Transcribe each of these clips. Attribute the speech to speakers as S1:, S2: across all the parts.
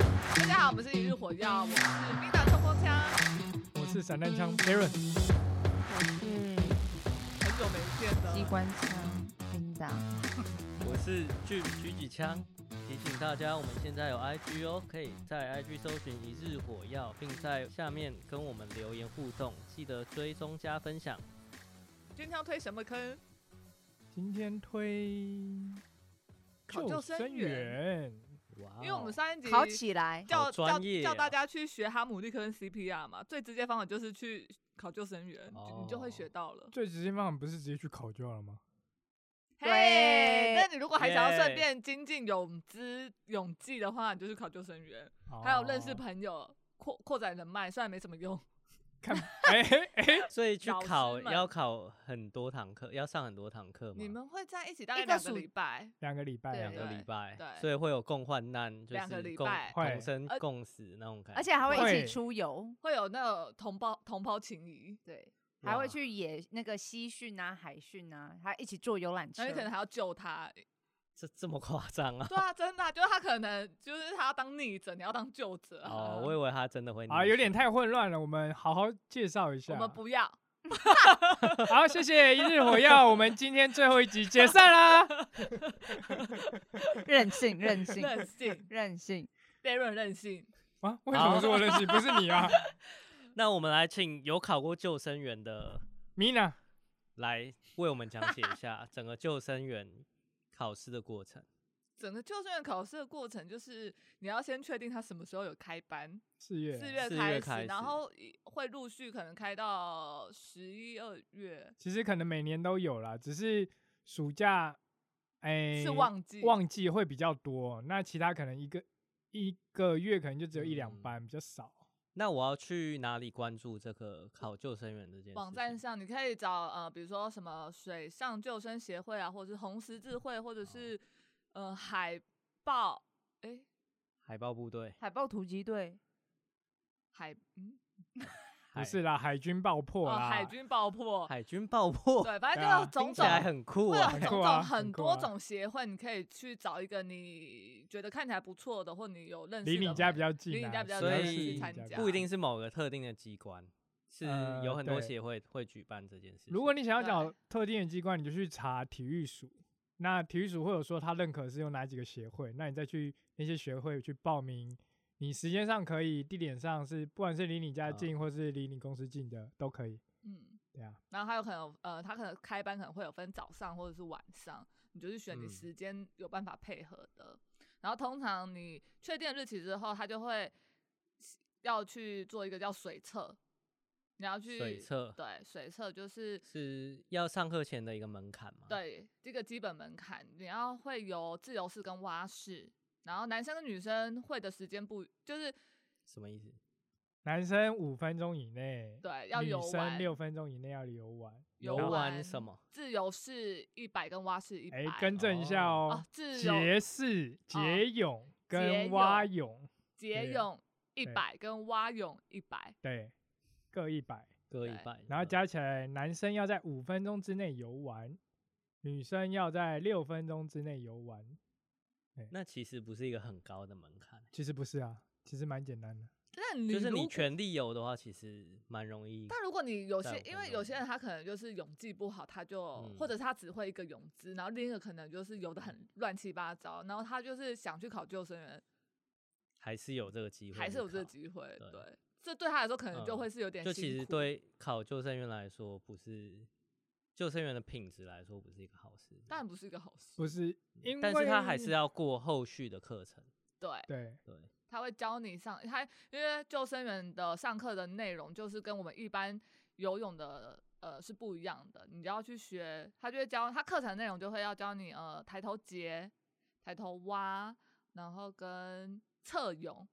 S1: 我们是一日火药，我是冰岛冲锋枪，
S2: 我是散弹枪 Aaron，
S3: 我是
S1: 很久没见
S3: 嗯机
S1: 了。
S3: 关枪啊兵长，
S4: 我是俊举几枪，提醒大家，我们现在有 IG 哦，可以在 IG 搜寻一日火药，并在下面跟我们留言互动，记得追踪加分享。
S1: 军枪推什么坑？
S2: 今天推
S1: 考救生
S2: 生
S1: 员，
S2: 员，
S4: 哇哦、
S1: 因为我们上一集
S3: 考起来，
S1: 叫
S4: 好
S1: 叫
S4: 专业
S1: 叫
S4: 啊
S1: 大家去学哈姆立克跟 CPR 嘛，最直接方法就是去考救生员，
S4: 哦
S1: 你就会学到了。
S2: 最直接方法不是直接去考就好了吗？
S1: 嘿
S3: 对
S1: 那你如果还想要顺
S4: 耶
S1: 便精进泳姿、泳技的话，你就去考救生员，还有认识
S2: 哦
S1: 朋友，扩扩展人脉，虽然没什么用。
S2: 看，哎哎，
S4: 哦所以去
S1: 老师
S4: 考
S1: 们
S4: 要考很多堂课，要上很多堂课吗？
S1: 你们会在一起大概
S3: 一个
S1: 两个
S3: 暑
S1: 礼拜，
S2: 两个礼拜
S3: 对
S4: 两个
S2: 啊，
S4: 礼拜
S1: 对，
S4: 所以会有共患难，就
S1: 两个
S4: 是
S1: 礼
S4: 共
S1: 拜
S2: 会
S4: 同生
S1: 呃
S4: 共死那种感觉，
S3: 而且还会一
S2: 会
S3: 起出游，
S1: 会有那个同胞同胞情谊，
S3: 对，还
S4: 哇
S3: 会去野那个西训啊、海训啊，还一起坐游览车
S1: 然后。你可能还要救他。
S4: 这这么夸张啊！
S1: 对啊，真的啊、就是他可能就是他要当逆者，你要当救者啊。
S4: 哦，我以为他真的会
S2: 啊，有点
S4: 溺
S2: 太混乱了，我们好好介绍一 下。
S1: 我 们不要，
S2: 好，谢谢一日火药，我们今天最后一集解散啦。
S3: 任性，任 性，
S1: 任性，
S3: 任性。
S1: 贝润任性。
S2: 啊，为什么是我认识？不是你啊
S4: 水。那我们来请有考过救生员的
S2: ，Mina。
S4: 来为我们讲解一 下整个救生员考试的过程。
S1: 整个救生员考试的过程就是你要先确定他什么时候有开班，
S2: 四月，
S1: 四月
S4: 四
S1: 开始，
S4: 月开
S1: 然
S4: 始
S1: 后一会陆续可能开到十一二月
S2: 其实可能每年都有啦，只是暑假，哎、
S1: 是旺季，
S2: 旺季会比较多。那其他可能一个一个月可能就只有一两
S4: 嗯
S2: 班，比较少。
S4: 那我要去哪里关注这个考救生员这件事情？
S1: 网站上，你可以找呃，比如说什么水上救生协会啊，或者是红十字会，
S4: 哦
S1: 或者是、呃海豹，诶，
S4: 海豹部队
S3: 海豹突击队，
S1: 海嗯
S2: 不是啦，海军爆破
S1: 呃
S2: 啦，
S1: 海军爆破，
S4: 海军爆破，
S1: 对，反正
S2: 对啊
S1: 就有种
S4: 听起来
S1: 种。
S4: 很酷
S1: 会
S4: 啊！
S1: 有
S2: 很
S1: 种
S2: 酷
S1: 种
S2: 啊
S1: 很
S2: 很酷
S1: 多
S2: 啊
S1: 种协会，你可以去找一个你觉得看起来不错的，或你有认识的
S2: 离你家比较近、啊，
S1: 离你家比较
S2: 主
S4: 近
S2: 要
S4: 所
S2: 是
S4: 以
S2: 离你
S1: 参
S2: 家比
S1: 加
S2: 较
S4: 不一定是某个特定的机关，是
S2: 呃
S4: 有很多
S2: 对
S4: 协会会举办这件事情。
S2: 如果你想要找
S1: 对
S2: 特定的机关，你就去查体育署。那体育署会有说他认可是用哪几个协会，那你再去那些协会去报名。你时间上可以，地点上是不管是离你家
S4: 啊
S2: 近或是离你公司近的都可以。
S1: 嗯，
S2: 对啊。
S1: 然后还有可能有呃，他可能开班可能会有分早上或者是晚上，你就是选你
S4: 嗯
S1: 时间有办法配合的。然后通常你确定日期之后，他就会要去做一个叫水测，你要去
S4: 水测
S1: 对，水测就是
S4: 是要上课前的一个门槛吗？，
S1: 对这个基本门槛，你要会有自由式跟蛙式，然后男生跟女生会的时间不就是
S4: 什么意思？
S2: 男生五分钟以内，
S1: 对要游
S2: 女生
S1: 玩
S2: 六分钟以内要游玩。
S1: 游
S4: 游玩
S1: 玩
S4: 什么？
S1: 自由式一百跟蛙式一百、
S2: 哎，更正一下
S4: 哦
S2: 哦
S1: 啊，自由
S2: 蝶式、
S1: 哦
S2: 蝶泳
S1: 蝶
S2: 跟蛙
S1: 泳
S2: 泳，
S1: 蝶
S2: 对
S1: 泳一
S2: 对
S1: 百跟蛙泳一百，
S2: 对，各一百。
S4: 各一
S1: 对
S4: 半，
S2: 然后
S4: 嗯
S2: 加起来，男生要在五分钟之内游玩，女生要在六分钟之内游玩。
S4: 那其实不是一个很高的门槛，
S2: 其实不是啊，其实蛮简单的。
S1: 那你
S4: 就是
S1: 如
S4: 你
S1: 果
S4: 全力游的话，其实蛮容易。
S1: 但如果你有
S4: 在
S1: 些
S4: 我，
S1: 因
S4: 朋
S1: 为
S4: 友
S1: 有
S4: 里
S1: 些人他可能就是泳技不好，他就、或
S4: 嗯
S1: 者是他只会一个泳姿，然后另一个可能就是游的很乱七八糟，然后他就是想去考救生员，
S4: 还是有这个机会，
S1: 还是有这个机会。
S4: 对
S1: 对，这对他来说可能就
S4: 嗯
S1: 会是有点
S4: 就
S1: 辛苦。
S4: 其实对考救生员来说，不是救生员的品质来说，不是一个好事。
S1: 当然不是一个好事。
S2: 不是，因为
S4: 嗯但是他还是要过后续的课程，
S1: 对，
S2: 对
S4: 对，
S1: 他会教你上，他因为救生员的上课的内容就是跟我们一般游泳的呃是不一样的，你就要去学，他就会教他课程内容就会要教你呃抬头节、抬头蛙，然后跟侧泳，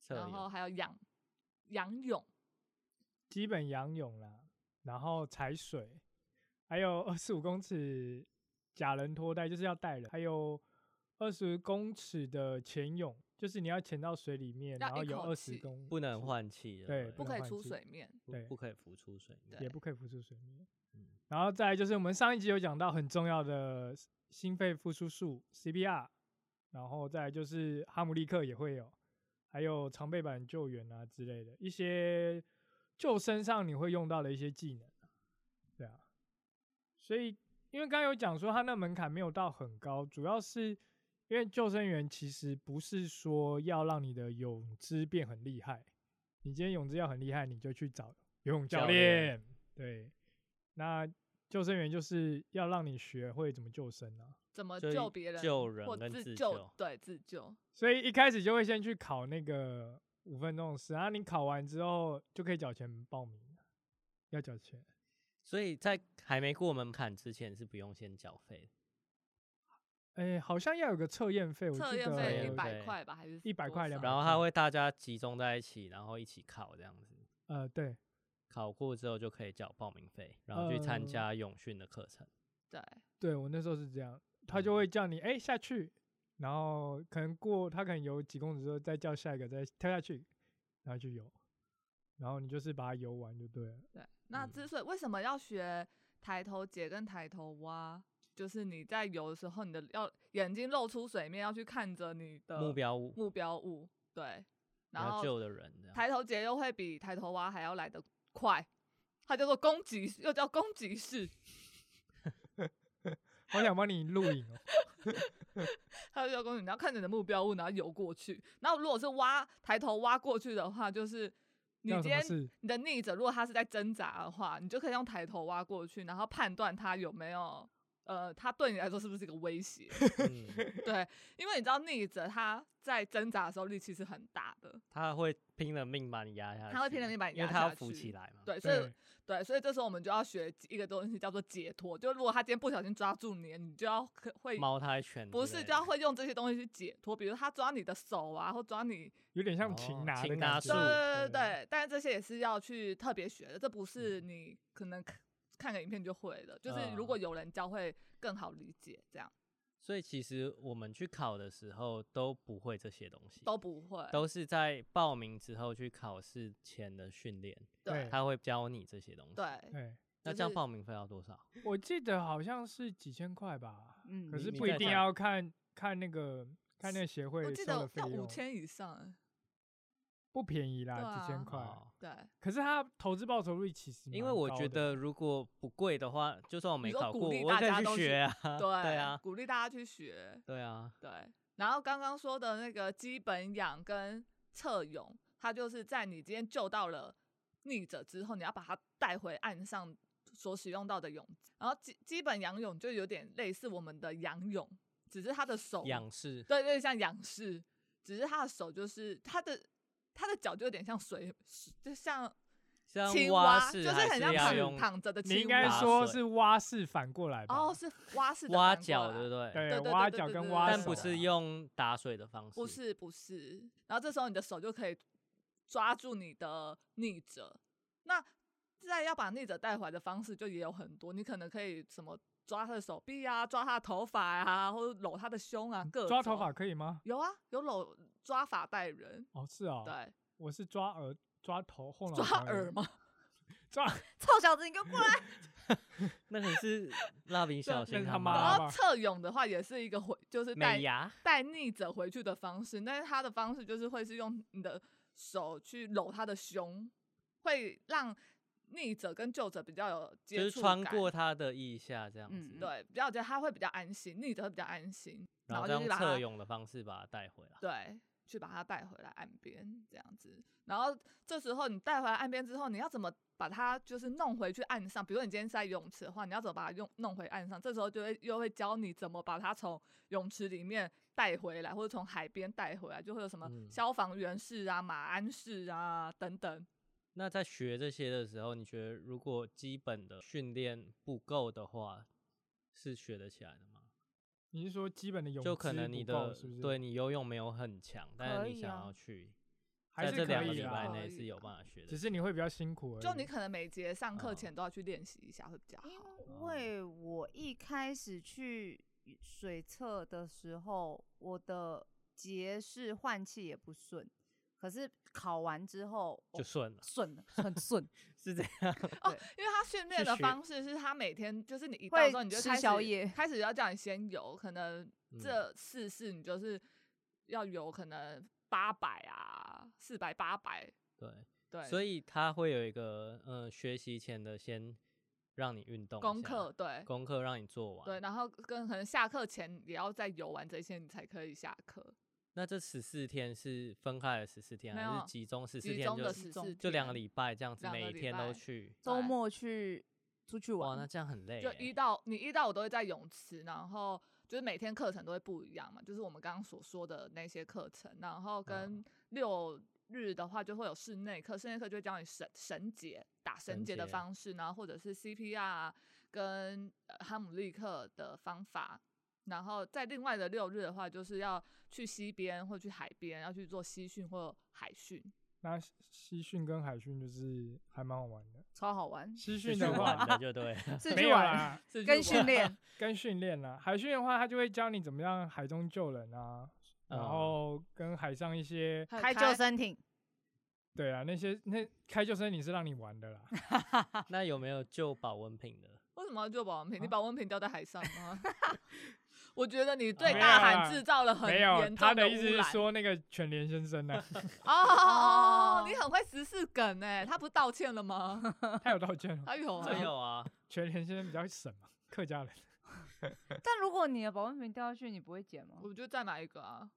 S4: 侧
S1: 然后
S4: 泳
S1: 还有仰仰泳，
S2: 基本仰泳啦，然后踩水，还有二十五公尺假人拖带，就是要带人，还有二十公尺的潜泳，就是你要潜到水里
S1: 要
S2: 面，然后
S1: 一
S2: 有
S1: 口
S2: 二
S1: 气
S2: 十公，
S4: 不能，换气的，
S2: 对
S1: 不
S2: 不
S1: 可以
S2: 能换
S1: 出
S2: 气
S1: 水面。
S2: 对
S4: 不不可以浮出水面。
S2: 也不可以浮出水面。
S4: 嗯
S2: 然后再来就是我们上一集有讲到很重要的心肺复苏术 CPR，然后再来就是哈姆立克也会有，还有常备板救援啊之类的一些救生上你会用到的一些技能啊，对啊。所以因为刚刚有讲说它那门槛没有到很高，主要是因为救生员其实不是说要让你的泳姿变很厉害，你今天泳姿要很厉害，你就去找游泳教
S4: 教练
S2: 练。对，那救生员就是要让你学会怎么救生啊。
S1: 怎么
S4: 就
S1: 救
S4: 一
S1: 别人，
S4: 救人
S1: 或
S4: 跟自救
S1: 救，对自救，
S2: 所以一开始就会先去考那个五分钟的试，然后你考完之后就可以缴钱报名了，要缴钱，
S4: 所以在还没过门槛之前是不用先缴费的。
S2: 哎、好像要有个测验费，我
S1: 测
S2: 记
S1: 验
S2: 得
S1: 费
S4: 有
S1: 一
S2: 有
S1: 百
S4: 对
S1: 块吧，还是
S2: 100
S1: 多
S2: 块
S1: 少
S2: 200
S4: 然后
S2: 块
S4: 他会大家集中在一起，然后一起考这样子。
S2: 呃对，
S4: 考过之后就可以缴报名费，然后去参
S1: 嗯
S2: 呃
S4: 加泳训的课程。
S1: 对，
S2: 对我那时候是这样，他就
S4: 嗯
S2: 会叫你哎、下去，然后可能过他可能游几公尺之后再叫下一个再跳下去，然后去游，然后你就是把它游完就对了。
S1: 对，那
S4: 嗯
S1: 之所以为什么要学抬头姐跟抬头蛙，就是你在游的时候，你的要眼睛露出水面，要去看着你的
S4: 目标物，
S1: 目标物，对。
S4: 你
S1: 然
S4: 要
S1: 后
S4: 救的人这样。
S1: 抬头姐又会比抬头蛙还要来得快，它叫做攻击，又叫攻击式，
S2: 好想帮你录影哦，
S1: 它就叫攻击。你要看着你的目标物，然后游过去。然后如果是蛙抬头蛙过去的话，就是你
S2: 叫
S1: 今
S2: 什
S1: 天
S2: 么事？
S1: 你的逆者，如果他是在挣扎的话，你就可以用抬头挖过去，然后判断他有没有呃，他对你来说是不是一个威胁？
S4: 嗯，
S1: 对，因为你知道逆者他在挣扎的时候力气是很大的，
S4: 他会拼了命把你压下去，
S1: 他会拼了命把你
S4: 因为
S1: 压
S4: 他要
S1: 下
S4: 浮
S1: 去
S4: 起来嘛。，
S1: 对，所以
S2: 对，
S1: 对，所以这时候我们就要学一个东西叫做解脱，就如果他今天不小心抓住你，你就要可会。
S4: 猫胎拳
S1: 不
S4: 之
S1: 是，
S4: 类
S1: 就要
S4: 的
S1: 会用这些东西去解脱，比如他抓你的手啊，或抓你
S2: 有点像
S4: 哦
S2: 擒拿的
S4: 擒
S2: 感
S4: 拿
S2: 觉
S4: 术
S1: 对对
S2: 对
S1: 对，但是这些也是要去特别学的，这不是你可能看看个影片就会的，就是如果有人教会更好理解，这样
S4: 所以其实我们去考的时候都不会这些东西，
S1: 都不会。
S4: 都是在报名之后去考试前的训练，
S1: 对
S4: 他会教你这些东西。，
S1: 对，
S2: 对，
S4: 那
S1: 就
S4: 这样
S1: 是
S4: 报名费要多少？
S2: 哎我记得好像是几千块吧，
S3: 嗯
S2: 可
S4: 你
S2: 是
S4: 你
S2: 不一
S4: 在
S2: 定
S4: 讲
S2: 要看看那个看那个协会
S1: 我记得
S2: 收的费
S1: 要五
S2: 用，
S1: 千以上欸，
S2: 不便宜啦，
S1: 对
S2: 几千
S1: 啊
S2: 块。
S4: 哦
S1: 对，
S2: 可是它投资报酬率其实
S4: 因为
S2: 蛮
S4: 我
S2: 高
S4: 觉
S2: 的
S4: 得如果不贵的话，就算我没
S1: 你说
S4: 考
S1: 鼓
S4: 过，我
S1: 励
S4: 也
S1: 大
S4: 可以
S1: 家
S4: 去
S1: 都去哦
S4: 学啊。对啊，
S1: 鼓励大家去学，
S4: 对啊，
S1: 对。然后刚刚说的那个基本养跟侧泳，它就是在你今天救到了溺者之后，你要把它带回岸上所使用到的泳姿。然后基基本仰泳就有点类似我们的仰泳，只是它的手
S4: 仰视。
S1: 对对，像仰视，只是他的手就是他的他的脚就有点像水，就像
S4: 像
S1: 青
S4: 蛙
S1: 蛙，
S4: 式
S1: 就是
S4: 还
S1: 很
S4: 是
S1: 像
S4: 要
S1: 躺
S4: 用
S1: 躺着的青蛙。
S2: 你应该
S4: 蛙
S2: 说
S4: 水
S2: 是蛙式反过来吧？
S1: 哦，是蛙式的
S4: 蛙
S1: 反过
S4: 脚，
S1: 来
S4: 对不对？
S2: 对
S1: 对对
S2: 蛙
S1: 对
S2: 脚
S1: 对
S2: 跟
S1: 对
S2: 蛙
S4: 但
S2: 手
S4: 不
S2: 啊
S4: 是用打水的方式，
S1: 不是不是，然后这时候你的手就可以抓住你的逆者。那在要把逆者带回来的方式就也有很多，你可能可以什么抓他的手臂啊，抓他的头发啊，或者搂他的胸啊，各
S2: 抓头
S1: 种
S2: 发可以吗？
S1: 有啊，有搂抓发带人，
S2: 哦，是哦，
S1: 对，
S2: 我是抓耳抓头后脑
S1: 抓
S2: 勺
S1: 耳吗？
S2: 抓，
S3: 臭小子，你给我过 来！
S4: 那可 是蜡笔小
S2: 那
S4: 新
S2: 是他妈
S1: 然
S4: 妈
S2: 吧
S1: 后侧泳的话也是一个回，就是带
S4: 美牙，
S1: 带逆者回去的方式，但是他的方式就是会是用你的手去搂他的胸，会让逆者跟救者比较有
S4: 就
S1: 接
S4: 是
S1: 触
S4: 穿
S1: 感。
S4: 过他的腋下这样
S3: 嗯
S4: 子，
S1: 对，比较觉得他会比较安心，逆者会比较安心，
S4: 然后再
S1: 就
S4: 用
S1: 是把
S4: 侧
S1: 他
S4: 泳的方式把它带回来。
S1: 对，去把它带回来岸边这样子。然后这时候你带回来岸边之后，你要怎么把它就是弄回去岸上？比如说你今天是在游泳池的话，你要怎么把它用弄回岸上？这时候就会又会教你怎么把它从泳池里面带回来，或者从海边带回来，就会有什么
S4: 嗯
S1: 消防员室啊、马鞍室啊等等。
S4: 那在学这些的时候，你觉得如果基本的训练不够的话，是学得起来的吗？
S2: 你是说基本的泳
S4: 就可
S2: 姿
S4: 能你
S2: 不够
S4: 的
S2: 是不是？
S4: 对，你游泳没有很强，但
S3: 可
S4: 是你
S3: 以
S4: 想
S3: 啊
S4: 要去，
S2: 还
S4: 在
S2: 是
S4: 这
S2: 可
S4: 两个
S2: 以
S4: 礼
S2: 啦
S4: 拜
S1: 可
S4: 内
S1: 以啊
S4: 是有
S1: 啦
S4: 办法学的。
S2: 只是你会比较辛苦而已。
S1: 就你可能每节上课
S4: 哦
S1: 前都要去练习一下，会比较好。
S3: 因为我一开始去水测的时候，我的节是换气也不顺，可是考完之后
S4: 就
S3: 哦
S4: 顺了，
S3: 顺了，很 顺，
S4: 是这样。
S1: 哦
S3: 对，
S1: 因为他训练
S4: 去
S1: 的
S4: 学
S1: 方式是他每天就是你一
S3: 会
S1: 到的时候你就
S3: 吃
S1: 开始
S3: 宵夜
S1: 开始要叫你先游，可能
S4: 嗯
S1: 这四式你就是要游，可能八百啊，四百、八百，
S4: 对，
S1: 对，
S4: 所
S1: 以
S4: 以它会有一个呃学习前的先让你运动一
S1: 功
S4: 下
S1: 课对
S4: 功课让你做完。
S1: 对，，然后跟可能下课前也要再游玩这些，你才可以下课。
S4: 那这十四天是分开的十四天，
S1: 没
S4: 还
S1: 有
S4: 是集中十四
S1: 集
S4: 天
S1: 中
S4: 就
S1: 的
S3: 是
S1: 十
S3: 中
S1: 四
S4: 就两个礼拜这样子，
S1: 两个
S4: 每
S1: 礼
S4: 天
S1: 拜
S4: 都去？
S3: 周
S1: 对
S3: 末去出去
S4: 哇，
S3: 玩，
S4: 那这样很累
S1: 就
S4: 欸。
S1: 一到你一到我都会在泳池，然后就是每天课程都会不一样嘛，就是我们刚刚所说的那些课程，然后跟六日的话就会有室内课，室内课就会教你绳绳结打绳
S4: 绳
S1: 结的
S4: 结
S1: 方式，然后或者是 CPR 啊跟、呃哈姆立克的方法。然后在另外的六日的话，就是要去溪边或去海边，要去做溪训或海训。
S2: 那西西训跟海训就是还蛮好玩的。
S3: 超好玩，
S2: 西训
S4: 是去
S2: 的
S4: 玩
S2: 话
S4: 的就对了。
S3: 是
S2: 没
S3: 去
S2: 有
S3: 玩，
S2: 啦，
S1: 是去
S3: 啊跟
S1: 玩
S3: 训练
S2: 跟训练啦。海训的话，他就会教你怎么样海中救人啊，然
S4: 嗯
S2: 后跟海上一些
S1: 还有
S3: 开救 生艇，
S2: 对啊那些那开救生你是让你玩的啦。
S4: 那有没有救保温瓶的？
S1: 为什么要救保温瓶？你
S2: 啊
S1: 保温瓶掉在海上吗？ 我觉得你对大
S2: 没有啦
S1: 喊制造了 很
S2: 没有，
S1: 严
S2: 他
S1: 重
S2: 的意思
S1: 污
S2: 是
S1: 染。
S2: 说那个犬连先生啊呢、
S1: 哦
S3: 哦，
S1: 你很会十四梗哎，他不是道歉了吗？
S2: 他有道歉哦。
S1: 哎呦啊，
S4: 没有啊，
S2: 犬连先生比较省嘛，客家人
S3: 但如果你的保温瓶掉下去，你不会捡吗？
S1: 我就再买一个啊。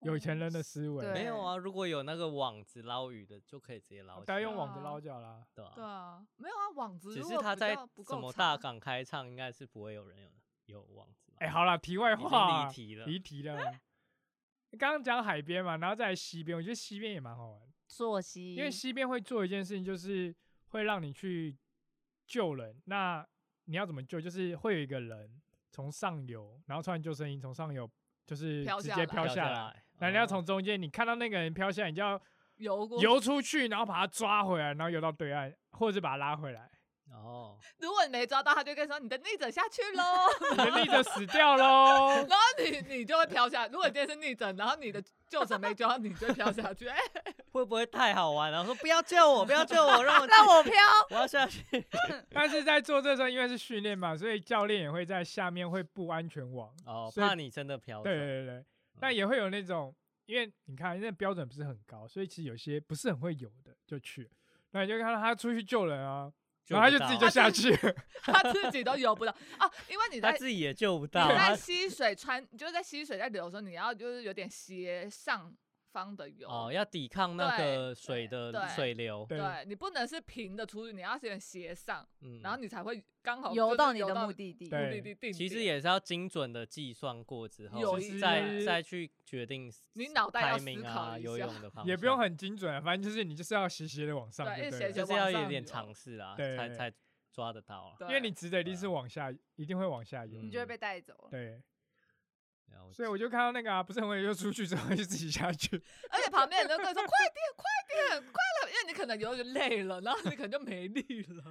S2: 有钱人的思
S3: 对
S2: 维，
S4: 没有啊。如果有那个网子捞鱼的，就可以直接捞起
S2: 哦不要
S4: 来，
S2: 用网子
S1: 啊
S2: 捞脚啦。
S4: 对
S1: 对
S4: 吧？
S1: 啊，没有啊，网子
S4: 只
S1: 如
S4: 是
S1: 果
S4: 他
S1: 比
S4: 在
S1: 较不
S4: 什
S1: 够
S4: 么大
S1: 长
S4: 港开唱，应该是不会有人有有网子捞。
S2: 哎、好啦，题外
S4: 已经
S2: 话，
S4: 离题了
S2: 离题了啦。刚刚讲海边嘛，然后再来西边，我觉得西边也蛮好玩的，
S3: 坐息，
S2: 因为西边会做一件事情，就是会让你去救人。那你要怎么救？就是会有一个人从上游，然后穿救生衣从上游就是
S1: 飘
S2: 直
S1: 下
S2: 接
S1: 来
S2: 飘
S4: 下
S2: 下来，那你要
S4: 哦
S2: 从中间，你看到那个人飘下来，你就要
S1: 游过去。
S2: 游出去，然后把他抓回来，然后游到对岸，或者是把他拉回来。
S4: 哦，
S1: 如果你没抓到，他就跟你说你的逆者下去 喽，
S2: 你的逆者死掉喽
S1: 然！后你你就会飘下来。如果你今天是逆者，然后你的救者没救到，你就会飘下去。 哎，
S4: 会不会太好玩了？啊我说 不要救我，不要救我，让 我
S3: 让我飘，
S4: 我要 下去。
S2: 但是在做这时候，因为是训练嘛，所以教练也会在下面会布安全网。
S4: 哦，
S2: 所以
S4: 怕你真的飘走。
S2: 对对
S4: 嗯
S2: 对，那也会有那种，因为你看那标准不是很高，所以其实有些不是很会游的就去了，那你就看到他出去救人啊，
S4: 救
S2: 然后他就
S4: 不
S2: 自己
S4: 到
S2: 就
S4: 啊
S2: 下去了。
S1: 他自己都游不到啊，因为你
S4: 他
S1: 在
S4: 自己也救不到。啊
S1: 你
S4: 他
S1: 在溪水穿，就是在溪水在流的时候，你要就是有点斜上方的游。
S4: 哦，要抵抗那
S1: 对
S4: 个水的
S1: 对
S4: 水流。
S2: 对
S1: 对你不能是平的出去，你要有点斜上，
S4: 嗯
S1: 然后你才会刚好就
S3: 游
S1: 是
S3: 到你
S1: 游
S3: 的
S1: 到
S3: 目的地。
S2: 对
S1: 目的地定
S4: 其实
S1: 点
S4: 也是要精准的计算过之后
S1: 有，
S2: 一
S4: 再
S2: 点
S4: 再去决定
S1: 你脑袋要
S4: 排
S1: 思
S4: 名
S1: 考
S4: 啊、
S1: 一
S4: 游
S1: 下
S4: 泳的方
S2: 也不用
S4: 向
S2: 很精准啊，反正就是你就是要斜斜的往上
S1: 对
S2: 就
S1: 一
S2: 对
S1: 斜斜
S2: 了，
S4: 就是要
S1: 往
S4: 有
S1: 上
S4: 点
S1: 游
S4: 尝试啦，
S2: 对
S4: 才才抓得到了。
S1: 对
S2: 因为你直的一定
S4: 对啊
S2: 是往下，一定会往下游。
S3: 你
S4: 嗯
S3: 就会被带走了。
S2: 对，
S4: 了
S2: 所以
S4: 解
S2: 我就看到那个啊，不是很会游就出去之后就自己下去。
S1: 而且旁边人都跟你说快点，快点，快了，因为你可能游就累了，然后你可能就没力 了。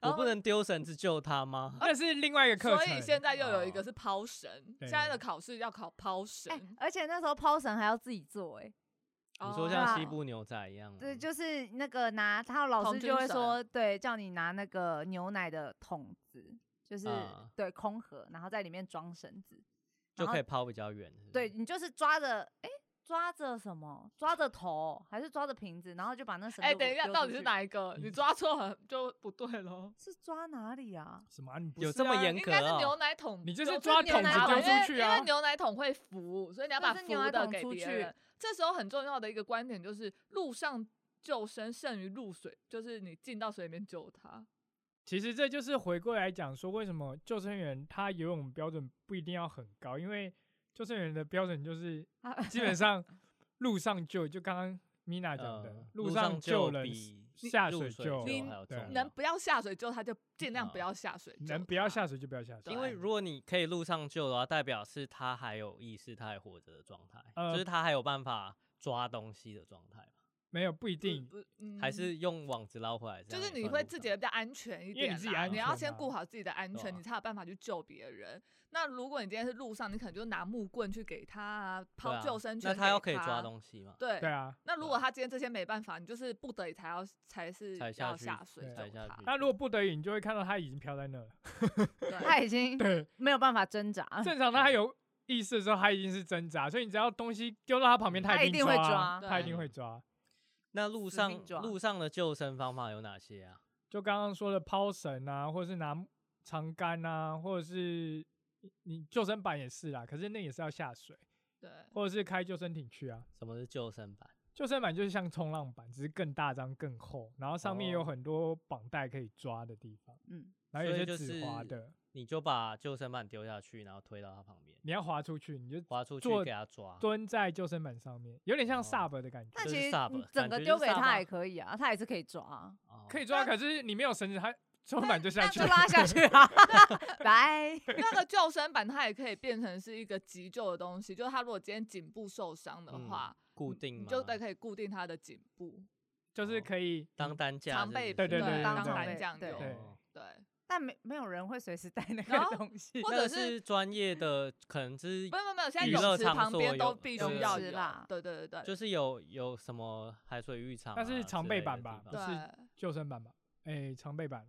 S1: 然
S4: 我
S1: 后
S4: 不能丢绳子救他吗？
S2: 那是另外一个课
S1: 所
S2: 程。
S1: 以现在又有一个
S4: 哦
S1: 是抛绳，
S2: 对
S1: 现在的考试要考抛绳
S3: 哎、。而且那时候抛绳还要自己做、
S2: 嗯
S3: 哎，
S4: 你说
S3: 哦
S4: 像西
S3: 对啊
S4: 部牛仔一样吗，
S3: 对，就是那个拿，他老
S1: 童
S3: 师
S1: 军
S3: 就会
S1: 绳
S3: 说，对，叫你拿那个牛奶的桶子，就是、
S4: 啊
S3: 对空盒，然后在里面装绳子，
S4: 就
S3: 然后
S4: 可以抛比较远。是不是
S3: 对，你就是抓着，哎、抓着什么？抓着头还是抓着瓶子？然后就把那绳子。
S1: 哎、等一下，到底是？哪一个？你抓错了就不对喽。
S3: 是抓哪里啊？
S2: 什么啊？你不
S4: 有
S2: 是
S4: 这么
S2: 啊
S4: 严很
S1: 应
S4: 可
S1: 该是
S4: 哦
S1: 牛奶桶，
S2: 你就是
S1: 有
S2: 抓
S1: 牛
S3: 桶
S1: 奶
S3: 子丢
S1: 因为
S2: 出去啊
S1: 因为牛奶桶会浮，所以你要
S3: 对
S1: 把
S3: 是牛
S1: 浮
S3: 奶
S1: 的
S3: 桶
S1: 给
S3: 出
S1: 别
S3: 去
S1: 人。这时候很重要的一个观点就是，陆上救生胜于入水，就是你进到水里面救他。
S2: 其实这就是回过来讲说，为什么救生员他游泳标准不一定要很高，因为救生员的标准就是
S3: 啊
S2: 基本上路上救，就刚刚米娜讲的
S4: 呃，
S2: 路
S4: 上
S2: 上救人，
S4: 比
S2: 下
S4: 入
S2: 水
S4: 水
S2: 救
S1: 你
S4: 还有
S2: 对啊
S4: 重
S1: 能
S4: 要
S1: 不要下水救他，就尽量不
S4: 嗯
S1: 要下水救他。
S2: 能不要下水就不要下水，
S1: 对
S4: 因为如果你可以路上救的话，代表是他还有意识，他还活着的状态，
S2: 呃
S4: 就是他还有办法抓东西的状态嘛，
S2: 没有不一
S1: 不
S2: 定，
S1: 不嗯
S4: 还是用网子捞回来这
S1: 就
S4: 样也
S1: 是
S4: 算路
S1: 你
S4: 上？
S1: 会自己比较安全一
S2: 因为
S1: 点
S2: 你
S1: 啦，
S2: 自己安全啊
S1: 要先
S2: 嘛
S1: 顾好自己的安
S4: 对
S1: 全，
S4: 啊
S1: 你才有办法去救别人。那如果你今天是路上，你可能就拿木棍去给他啊，
S4: 对
S1: 抛
S4: 啊
S1: 救生圈、
S4: 那他要可以抓。东西嘛？
S1: 对
S2: 对啊。
S1: 那如
S4: 对
S1: 果
S4: 啊
S1: 他今天这些没办法，你就是不得已才要才是
S4: 才下
S1: 要
S4: 去
S1: 下水
S2: 对
S1: 救
S4: 才下
S1: 他
S4: 去。
S2: 那如果不得已，你就会看到他已经飘在那了。
S1: 对
S3: 他已经
S2: 对，
S3: 没有办法挣扎。
S2: 正常他还有意识的时候，他已经是挣扎，所以你只要东西丢到他旁边，
S4: 嗯
S2: 他
S3: 他一定会
S1: 抓
S2: 抓，他一定
S4: 对
S2: 会抓。
S4: 那路
S3: 死
S4: 上
S3: 命抓
S4: 路上的救生方法有哪些啊？
S2: 就刚刚说的抛绳啊，或者是拿长杆啊，或者是你救生板也是啦，可是那也是要下水，
S1: 对，
S2: 或者是开救生艇去啊。
S4: 什么是救生板？
S2: 救生板就是像冲浪板，只是更大张、更厚，然后上面有
S4: 哦
S2: 很多绑带可以抓的地方，
S3: 嗯，
S2: 然后有
S4: 所
S2: 些
S4: 以就
S2: 止滑
S4: 是
S2: 的，
S4: 你就把救生板丢下去，然后推到它旁边，
S2: 你要滑出去，你就
S4: 滑出去
S2: 做
S4: 给它抓。
S2: 蹲在救生板上面，有点像
S4: 哦
S2: sub 的感觉。
S3: 但
S4: 就是
S3: 其实
S4: sub，
S3: 你
S4: 感
S3: 整个
S4: 觉
S3: 丢
S4: 就是
S3: 给
S4: sub
S3: 他
S4: 啊
S3: 也可以啊，他也是可以抓啊，
S4: 哦
S2: 可以抓，可是你没有绳子，它救生
S3: 那
S2: 板就下
S3: 那
S2: 去
S3: 就
S2: 了。
S3: 拉下去 啊，拜。
S1: 那个救生板它也可以变成是一个急救的东西，就是他如果今天颈部受伤的
S4: 嗯
S1: 话，
S4: 固
S1: 你
S4: 定
S1: 你
S4: 吗？
S1: 就对可以固定他的颈部，
S2: 就是可以
S4: 哦
S2: 嗯
S4: 当担架是
S1: 常
S4: 不
S1: 备
S4: 是
S2: 对对对对
S1: 当
S2: 对
S1: 弹
S3: 对
S1: 酱
S3: 对
S1: 油，
S2: 对
S4: 哦
S1: 对，
S3: 但没没有人会随时带那
S1: 然
S3: 个
S1: 后
S3: 东西
S1: 或，
S4: 那
S1: 者
S4: 个
S1: 是
S4: 是专业的，可能是
S1: 没有没有没有，现在
S4: 娱乐
S1: 泳池
S4: 场
S1: 旁
S4: 所
S1: 边
S4: 有
S1: 都必
S4: 对
S1: 须
S4: 对
S1: 要
S3: 对
S1: 有
S3: 啦
S1: 对对对对，
S4: 就是有有什么海水浴场、啊，
S2: 那是常备版吧
S1: 对啊
S2: 是救生板吧？哎，常备板，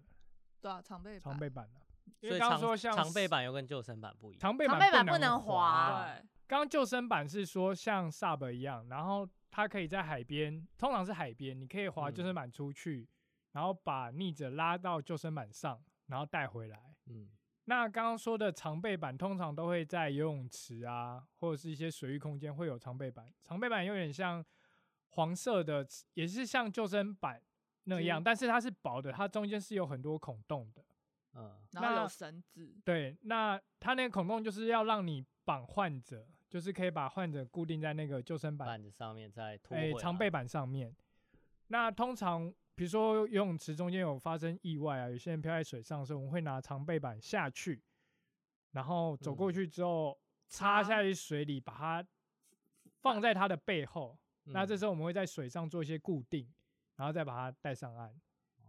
S1: 对啊，常备
S2: 常
S1: 版
S2: 备板的。因
S4: 所
S2: 为
S4: 以
S2: 刚
S4: 常
S2: 刚说像
S4: 常备板又跟救生板不一样。
S2: 常备
S3: 常
S2: 板
S3: 备板不能
S2: 能
S3: 滑
S2: 滑。
S1: 对
S2: 刚刚救生板是说像 sub 一样，然后它可以在海边，通常是海边，你可以滑救
S4: 嗯
S2: 生板出去，然后把逆者拉到救生板上，然后带回来。
S4: 嗯，
S2: 那刚刚说的常备板通常都会在游泳池啊，或者是一些水域空间会有常备板。常备板有点像黄色的，也是像救生板那
S1: 是
S2: 样，但是它是薄的，它中间是有很多孔洞的。
S4: 嗯，
S1: 然后
S2: 那
S1: 有绳子，
S2: 对，那它那个孔洞就是要让你绑患者，就是可以把患者固定在那个救生板
S4: 板子上面再拖
S2: 哎、
S4: 回
S2: 常
S4: 来
S2: 备板上面。那通常比如说游泳池中间有发生意外啊，有些人漂在水上的时候，我们会拿常备板下去，然后走过
S4: 嗯
S2: 去之后、插
S1: 插
S2: 下去水里，把它放在它的背后。那这
S4: 嗯
S2: 时候我们会在水上做一些固定，然后再把它带上岸。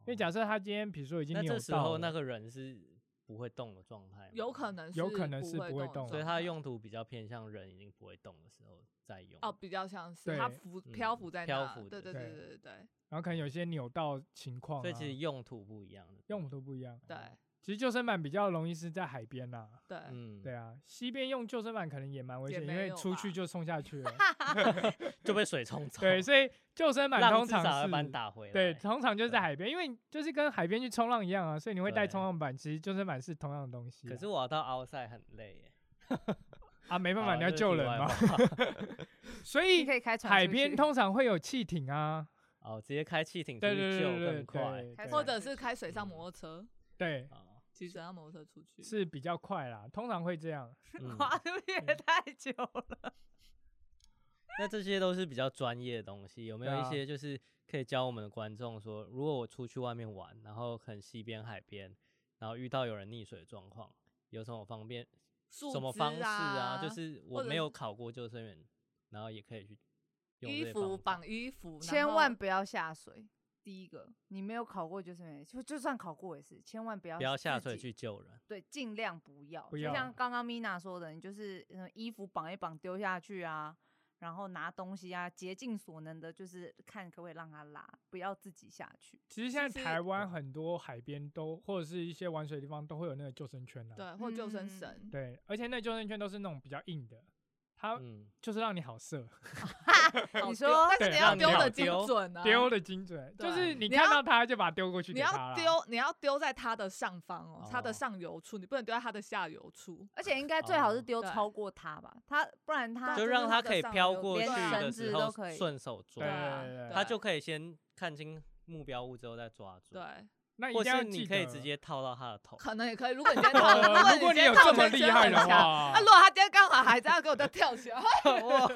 S2: 因为假
S4: 哦
S2: 设他今天比如说已经
S4: 那
S2: 扭
S4: 这时
S2: 到
S4: 候
S2: 了
S4: 那个人是不会动的状态吗，
S1: 有可能
S2: 有可能是
S1: 是
S2: 不
S1: 会
S2: 会
S1: 动
S2: 动
S1: 的状态，
S4: 所以它的用途比较偏向人已经不会动的时候再用。
S1: 哦比较像是它
S2: 对
S1: 浮漂
S4: 嗯
S1: 浮在
S4: 漂
S1: 那，
S4: 浮
S1: 对对
S4: 的
S1: 对
S2: 对
S1: 对对对
S2: 然后可能有些扭到情况、啊，
S4: 所以其实用途不一样的。
S2: 用途都不一样。
S1: 对
S2: 其实救生板比较容易是在海边呐、
S1: 对，
S4: 嗯，
S2: 对啊，西边用救生板可能也蛮危
S1: 也
S2: 险，因
S1: 没
S2: 为
S1: 有
S2: 出去
S1: 吧
S2: 就冲下 去了。
S4: 就被水冲走。
S2: 对，所以救生板
S4: 浪
S2: 通
S4: 至少
S2: 常
S4: 要把
S2: 是
S4: 你打回来。
S2: 对，通常就是在
S4: 对
S2: 海边，因为就是跟海边去冲浪一样啊，所以你会带
S4: 对
S2: 冲浪板，其实救生板是同样的东西啊、
S4: 可是我要到奥赛很累耶。
S2: 啊，没办
S4: 好
S2: 法，你要
S4: 这是
S2: 救
S4: 题
S2: 人
S4: 外
S2: 嘛，
S4: 话
S2: 所
S3: 你
S2: 以
S3: 可以开船
S2: 海
S3: 出
S2: 边
S3: 去
S2: 通常会有汽艇啊，
S4: 哦，直接开汽艇出
S2: 对对
S4: 去救
S2: 对对
S4: 更快。
S2: 对，
S3: 开
S2: 对
S1: 或
S3: 船
S1: 者是开水上摩托车，
S2: 对
S4: 哦
S1: 骑水上摩托车出去，
S2: 是比较快啦，通常会这样。
S4: 嗯
S3: 滑出去也太久 了。
S4: 那这些都是比较专业的东西，有没有
S2: 对
S4: 一
S2: 啊
S4: 些就是可以教我们的观众说，如果我出去外面玩，然后很西边海边，然后遇到有人溺水的状况，有什么方便、
S1: 树
S4: 什么
S1: 枝
S4: 方式
S1: 啊
S4: 啊？就是
S1: 或
S4: 我
S1: 者
S4: 没有
S1: 是
S4: 考过救生员，然后也可以去用这
S1: 衣
S4: 些
S1: 服
S4: 方法
S1: 绑衣服，然
S3: 千万
S1: 后
S3: 不要下水。第一个，你没有考过救生员，就就算考过也是，千万不要
S4: 不要下
S3: 自
S4: 水
S3: 己
S4: 去救人。
S3: 对，尽量不要。
S2: 不
S3: 就像
S2: 要
S3: 刚刚 Mina 说的，你就是嗯衣服绑一绑丢下去啊，然后拿东西啊，竭尽所能的，就是看可不可以让他拉，不要自己下 去。
S2: 其实现
S1: 其
S2: 在
S1: 实
S2: 台湾很多海边都或者是一些玩水的地方都会有那个救生圈啊，
S1: 对，或救生
S3: 嗯
S1: 绳，
S2: 对，而且那救生圈都是那种比较硬的，它
S4: 嗯，
S2: 就是让你好射，
S1: 好丢
S3: 你说
S1: 但是你
S4: 对
S1: 要
S4: 让你
S1: 丢
S4: 好
S1: 的精
S4: 丢
S1: 准啊，
S2: 丢的精准，
S1: 对
S2: 就是你
S1: 你
S2: 看
S1: 要
S2: 到它就把它丢过去
S1: 你
S2: 给它
S1: 要
S2: 啦。
S1: 丢，你要丢在它的上方哦，它的
S4: 哦
S1: 上游处，你不能丢在它的下游处。
S3: 而且应该最好是
S4: 哦
S3: 丢
S1: 对
S3: 超过他吧，他不然他
S4: 就让
S1: 它
S4: 他
S1: 的
S4: 可以
S1: 上
S4: 飘
S1: 游
S4: 过去
S1: 连
S4: 的
S3: 绳
S4: 时
S3: 子
S4: 候
S3: 都可以
S4: 顺手抓
S2: 对，
S1: 啊
S2: 对对对
S4: 他就可以先看清目标物之后再抓住。
S1: 对，
S2: 那一
S4: 或
S2: 定要
S4: 是你
S2: 记
S4: 可以
S2: 得
S4: 直接套到他的 头。
S1: 可能也可以。如果你今天套，
S2: 呃，
S1: 果
S2: 如果
S1: 你今
S2: 你
S1: 天
S2: 有
S1: 套
S2: 这
S1: 圈
S2: 么
S1: 圈啊
S2: 厉害
S1: 很
S2: 的
S1: 强，
S2: 话
S1: 那，如果他今天刚好还这样给我再跳起来，
S4: 哇，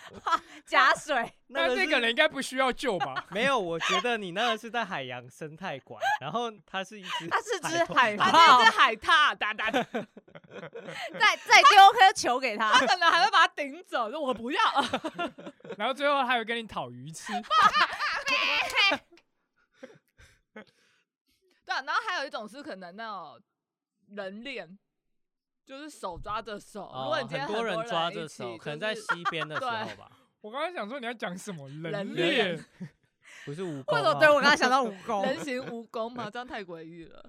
S3: 加水。
S2: 那这
S4: 是？
S2: 个人应该不需要救吧
S4: 没有， 我觉得你那个是在海洋生态馆，然后它是一只，
S3: 它是只海
S1: 他
S4: 豹
S3: 豹，
S1: 那只海獭，哒哒，哒
S3: 啊 再再丢颗球给他，
S1: 他可能还会把它顶走，说我不要。
S2: 然后最后还有跟你讨鱼吃，
S1: 对啊，然后还有一种是可能那种人链，就是手抓着手。如
S4: 哦
S1: 果你今天
S4: 很多
S1: 人
S4: 人抓
S1: 一
S4: 着
S1: 起
S4: 手，可能
S1: 就
S4: 在
S1: 是
S4: 西边的时候吧，
S2: 我刚刚想说你要讲什么人
S1: 人
S2: 脸
S1: 脸，
S4: 不是蜈
S3: 或
S4: 蚣啊
S3: 者
S4: 吗
S3: 对我刚刚想到 蜈
S1: 人
S3: 蚣，
S1: 形蜈蚣嘛，这样太诡异了。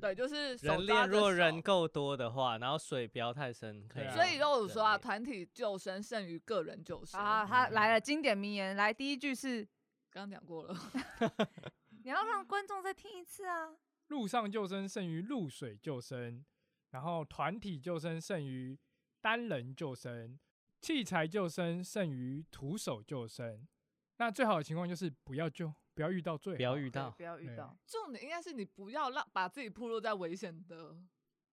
S1: 对，就是手
S4: 人
S1: 抓
S4: 练
S1: 着
S4: 若人
S1: 手
S4: 够多的话，然后水不要太深，可以
S2: 对啊
S4: 让人练。
S1: 所以肉乳说啊，团体救生胜于个人救生。
S3: 啊，他来了，经典名言来，第一句是
S1: 刚刚讲过了，
S3: 你要让观众再听一次啊。
S2: 陆上救生胜于陆水救生，然后团体救生胜于单人救生，器材救生胜于徒手救生。那最好的情况就是不要救，不要遇到最好，
S4: 不要遇
S3: 对
S4: 到
S3: 不要遇
S2: 对
S3: 到，
S1: 重点应该是你不要让把自己暴露在危险的。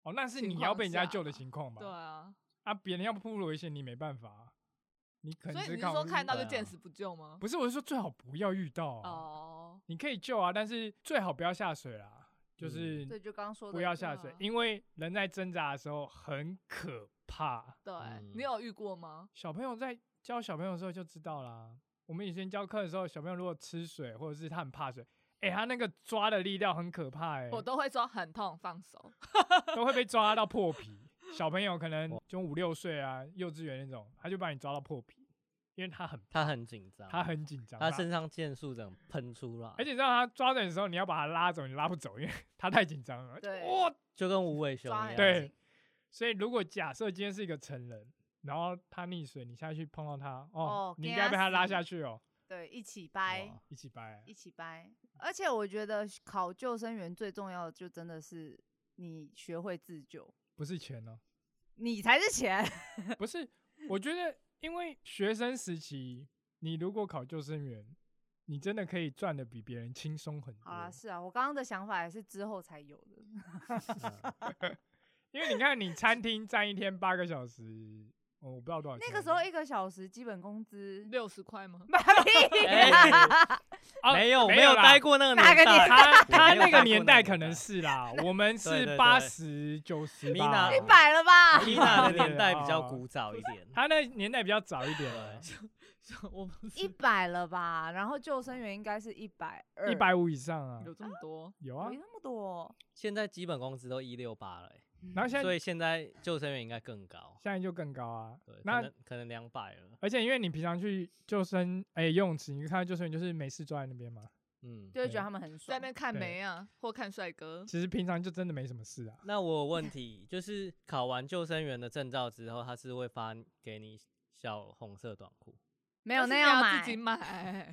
S2: 哦，那是
S1: 情
S2: 你要
S1: 况
S2: 被人家
S1: 下
S2: 救的
S1: 吧
S2: 情况吧？
S1: 对啊，
S2: 啊，别人要扑入危险，你没办法啊，你
S1: 所
S2: 可能
S1: 以
S2: 只
S1: 你是说
S2: 靠
S1: 看到就
S4: 对啊
S1: 见死不救吗？
S2: 不是，我是说最好不要遇到啊、
S1: 哦，
S2: 你可以救啊，但是最好不要下水啦，就
S4: 嗯
S2: 是
S3: 对，就刚刚说的，
S2: 不要下水，
S1: 啊
S2: 因为人在挣扎的时候很可怕。
S1: 对
S4: 嗯
S1: 你有遇过吗？
S2: 小朋友在教小朋友的时候就知道啦。我们以前教课的时候，小朋友如果吃水或者是他很怕水，哎、他那个抓的力道很可怕、欸，
S1: 我都会说很痛，放手。
S2: 都会被抓到破皮。 小朋友可能就五六岁啊，幼稚园那种，他就把你抓到破皮，因为他很
S4: 他很紧张，
S2: 他很紧张，
S4: 他身上箭数这样喷出来，
S2: 而且让他抓着的时候，你要把他拉走，你拉不走，因为 他太紧张了。
S3: 对
S2: 哇，
S4: 就跟无尾熊
S3: 抓很
S4: 一样，
S2: 对
S3: 紧，
S2: 所以如果假设今天是一个成人，然后他溺水，你下去碰到他，哦，
S3: 哦
S2: 你应
S3: 给
S2: 该
S3: 他
S2: 被他拉
S3: 死
S2: 下去哦，
S3: 对，一起掰，
S4: 哇
S2: 一起掰
S3: 一。起掰。而且我觉得考救生员最重要的就真的是你学会自救，
S2: 不是钱哦，
S3: 你才是钱。
S2: 不是，我觉得因为学生时期，你如果考救生员，你真的可以赚的比别人轻松很
S3: 好啦，
S2: 多，
S3: 是啊，我刚刚的想法也是之后才有的。
S4: 嗯
S2: 因为你看你餐厅站一天八个小时，哦我不知道多少钱，
S3: 那个时候一个小时基本工资
S1: 六十块吗？
S4: 哎
S2: 啊
S4: 没有
S2: 没
S4: 有
S2: 啦
S4: 待过那个
S3: 哪个
S4: 代，
S3: 年
S2: 他他
S4: 没有
S2: 那
S4: 待
S2: 个
S4: 过
S2: 年
S4: 那
S2: 代
S4: 个
S2: 可
S4: 年
S2: 能
S4: 代
S2: 是啦， 我们
S4: 对
S2: 是
S4: 对
S2: 八十九十
S4: Mina-
S3: 一百了 吧？
S4: 伊娜的年代比较
S2: 哦
S4: 古早一点，
S2: 他那年代比较早一点了，
S1: 我们
S3: 一百了吧？然后救生员应该是一百二，
S2: 一百五以上啊，
S1: 有这么多，
S2: 有啊
S3: 没。那么多。
S4: 现在基本工资都一六八了、欸，
S3: 嗯
S2: 然后现
S4: 所
S2: 在
S4: 以现在救生员应该更高，
S2: 现在就更高啊
S4: 对，。可
S2: 那
S4: 能可能两百了，
S2: 而且因为你平常去救生哎游泳池，你看到救生员就是没事坐在那边嘛，
S4: 嗯。
S3: 就会
S2: 对
S3: 觉得他们很
S1: 在
S3: 爽
S1: 那。边看
S2: 对
S1: 梅啊，或看帅哥。
S2: 其实平常就真的没什么事啊。
S4: 那我有问题就是，考完救生员的证照之后，他是会发给你小红色短裤，
S3: 没有
S1: 但
S3: 那
S1: 是你
S3: 样
S1: 要
S3: 买
S1: 自。己买。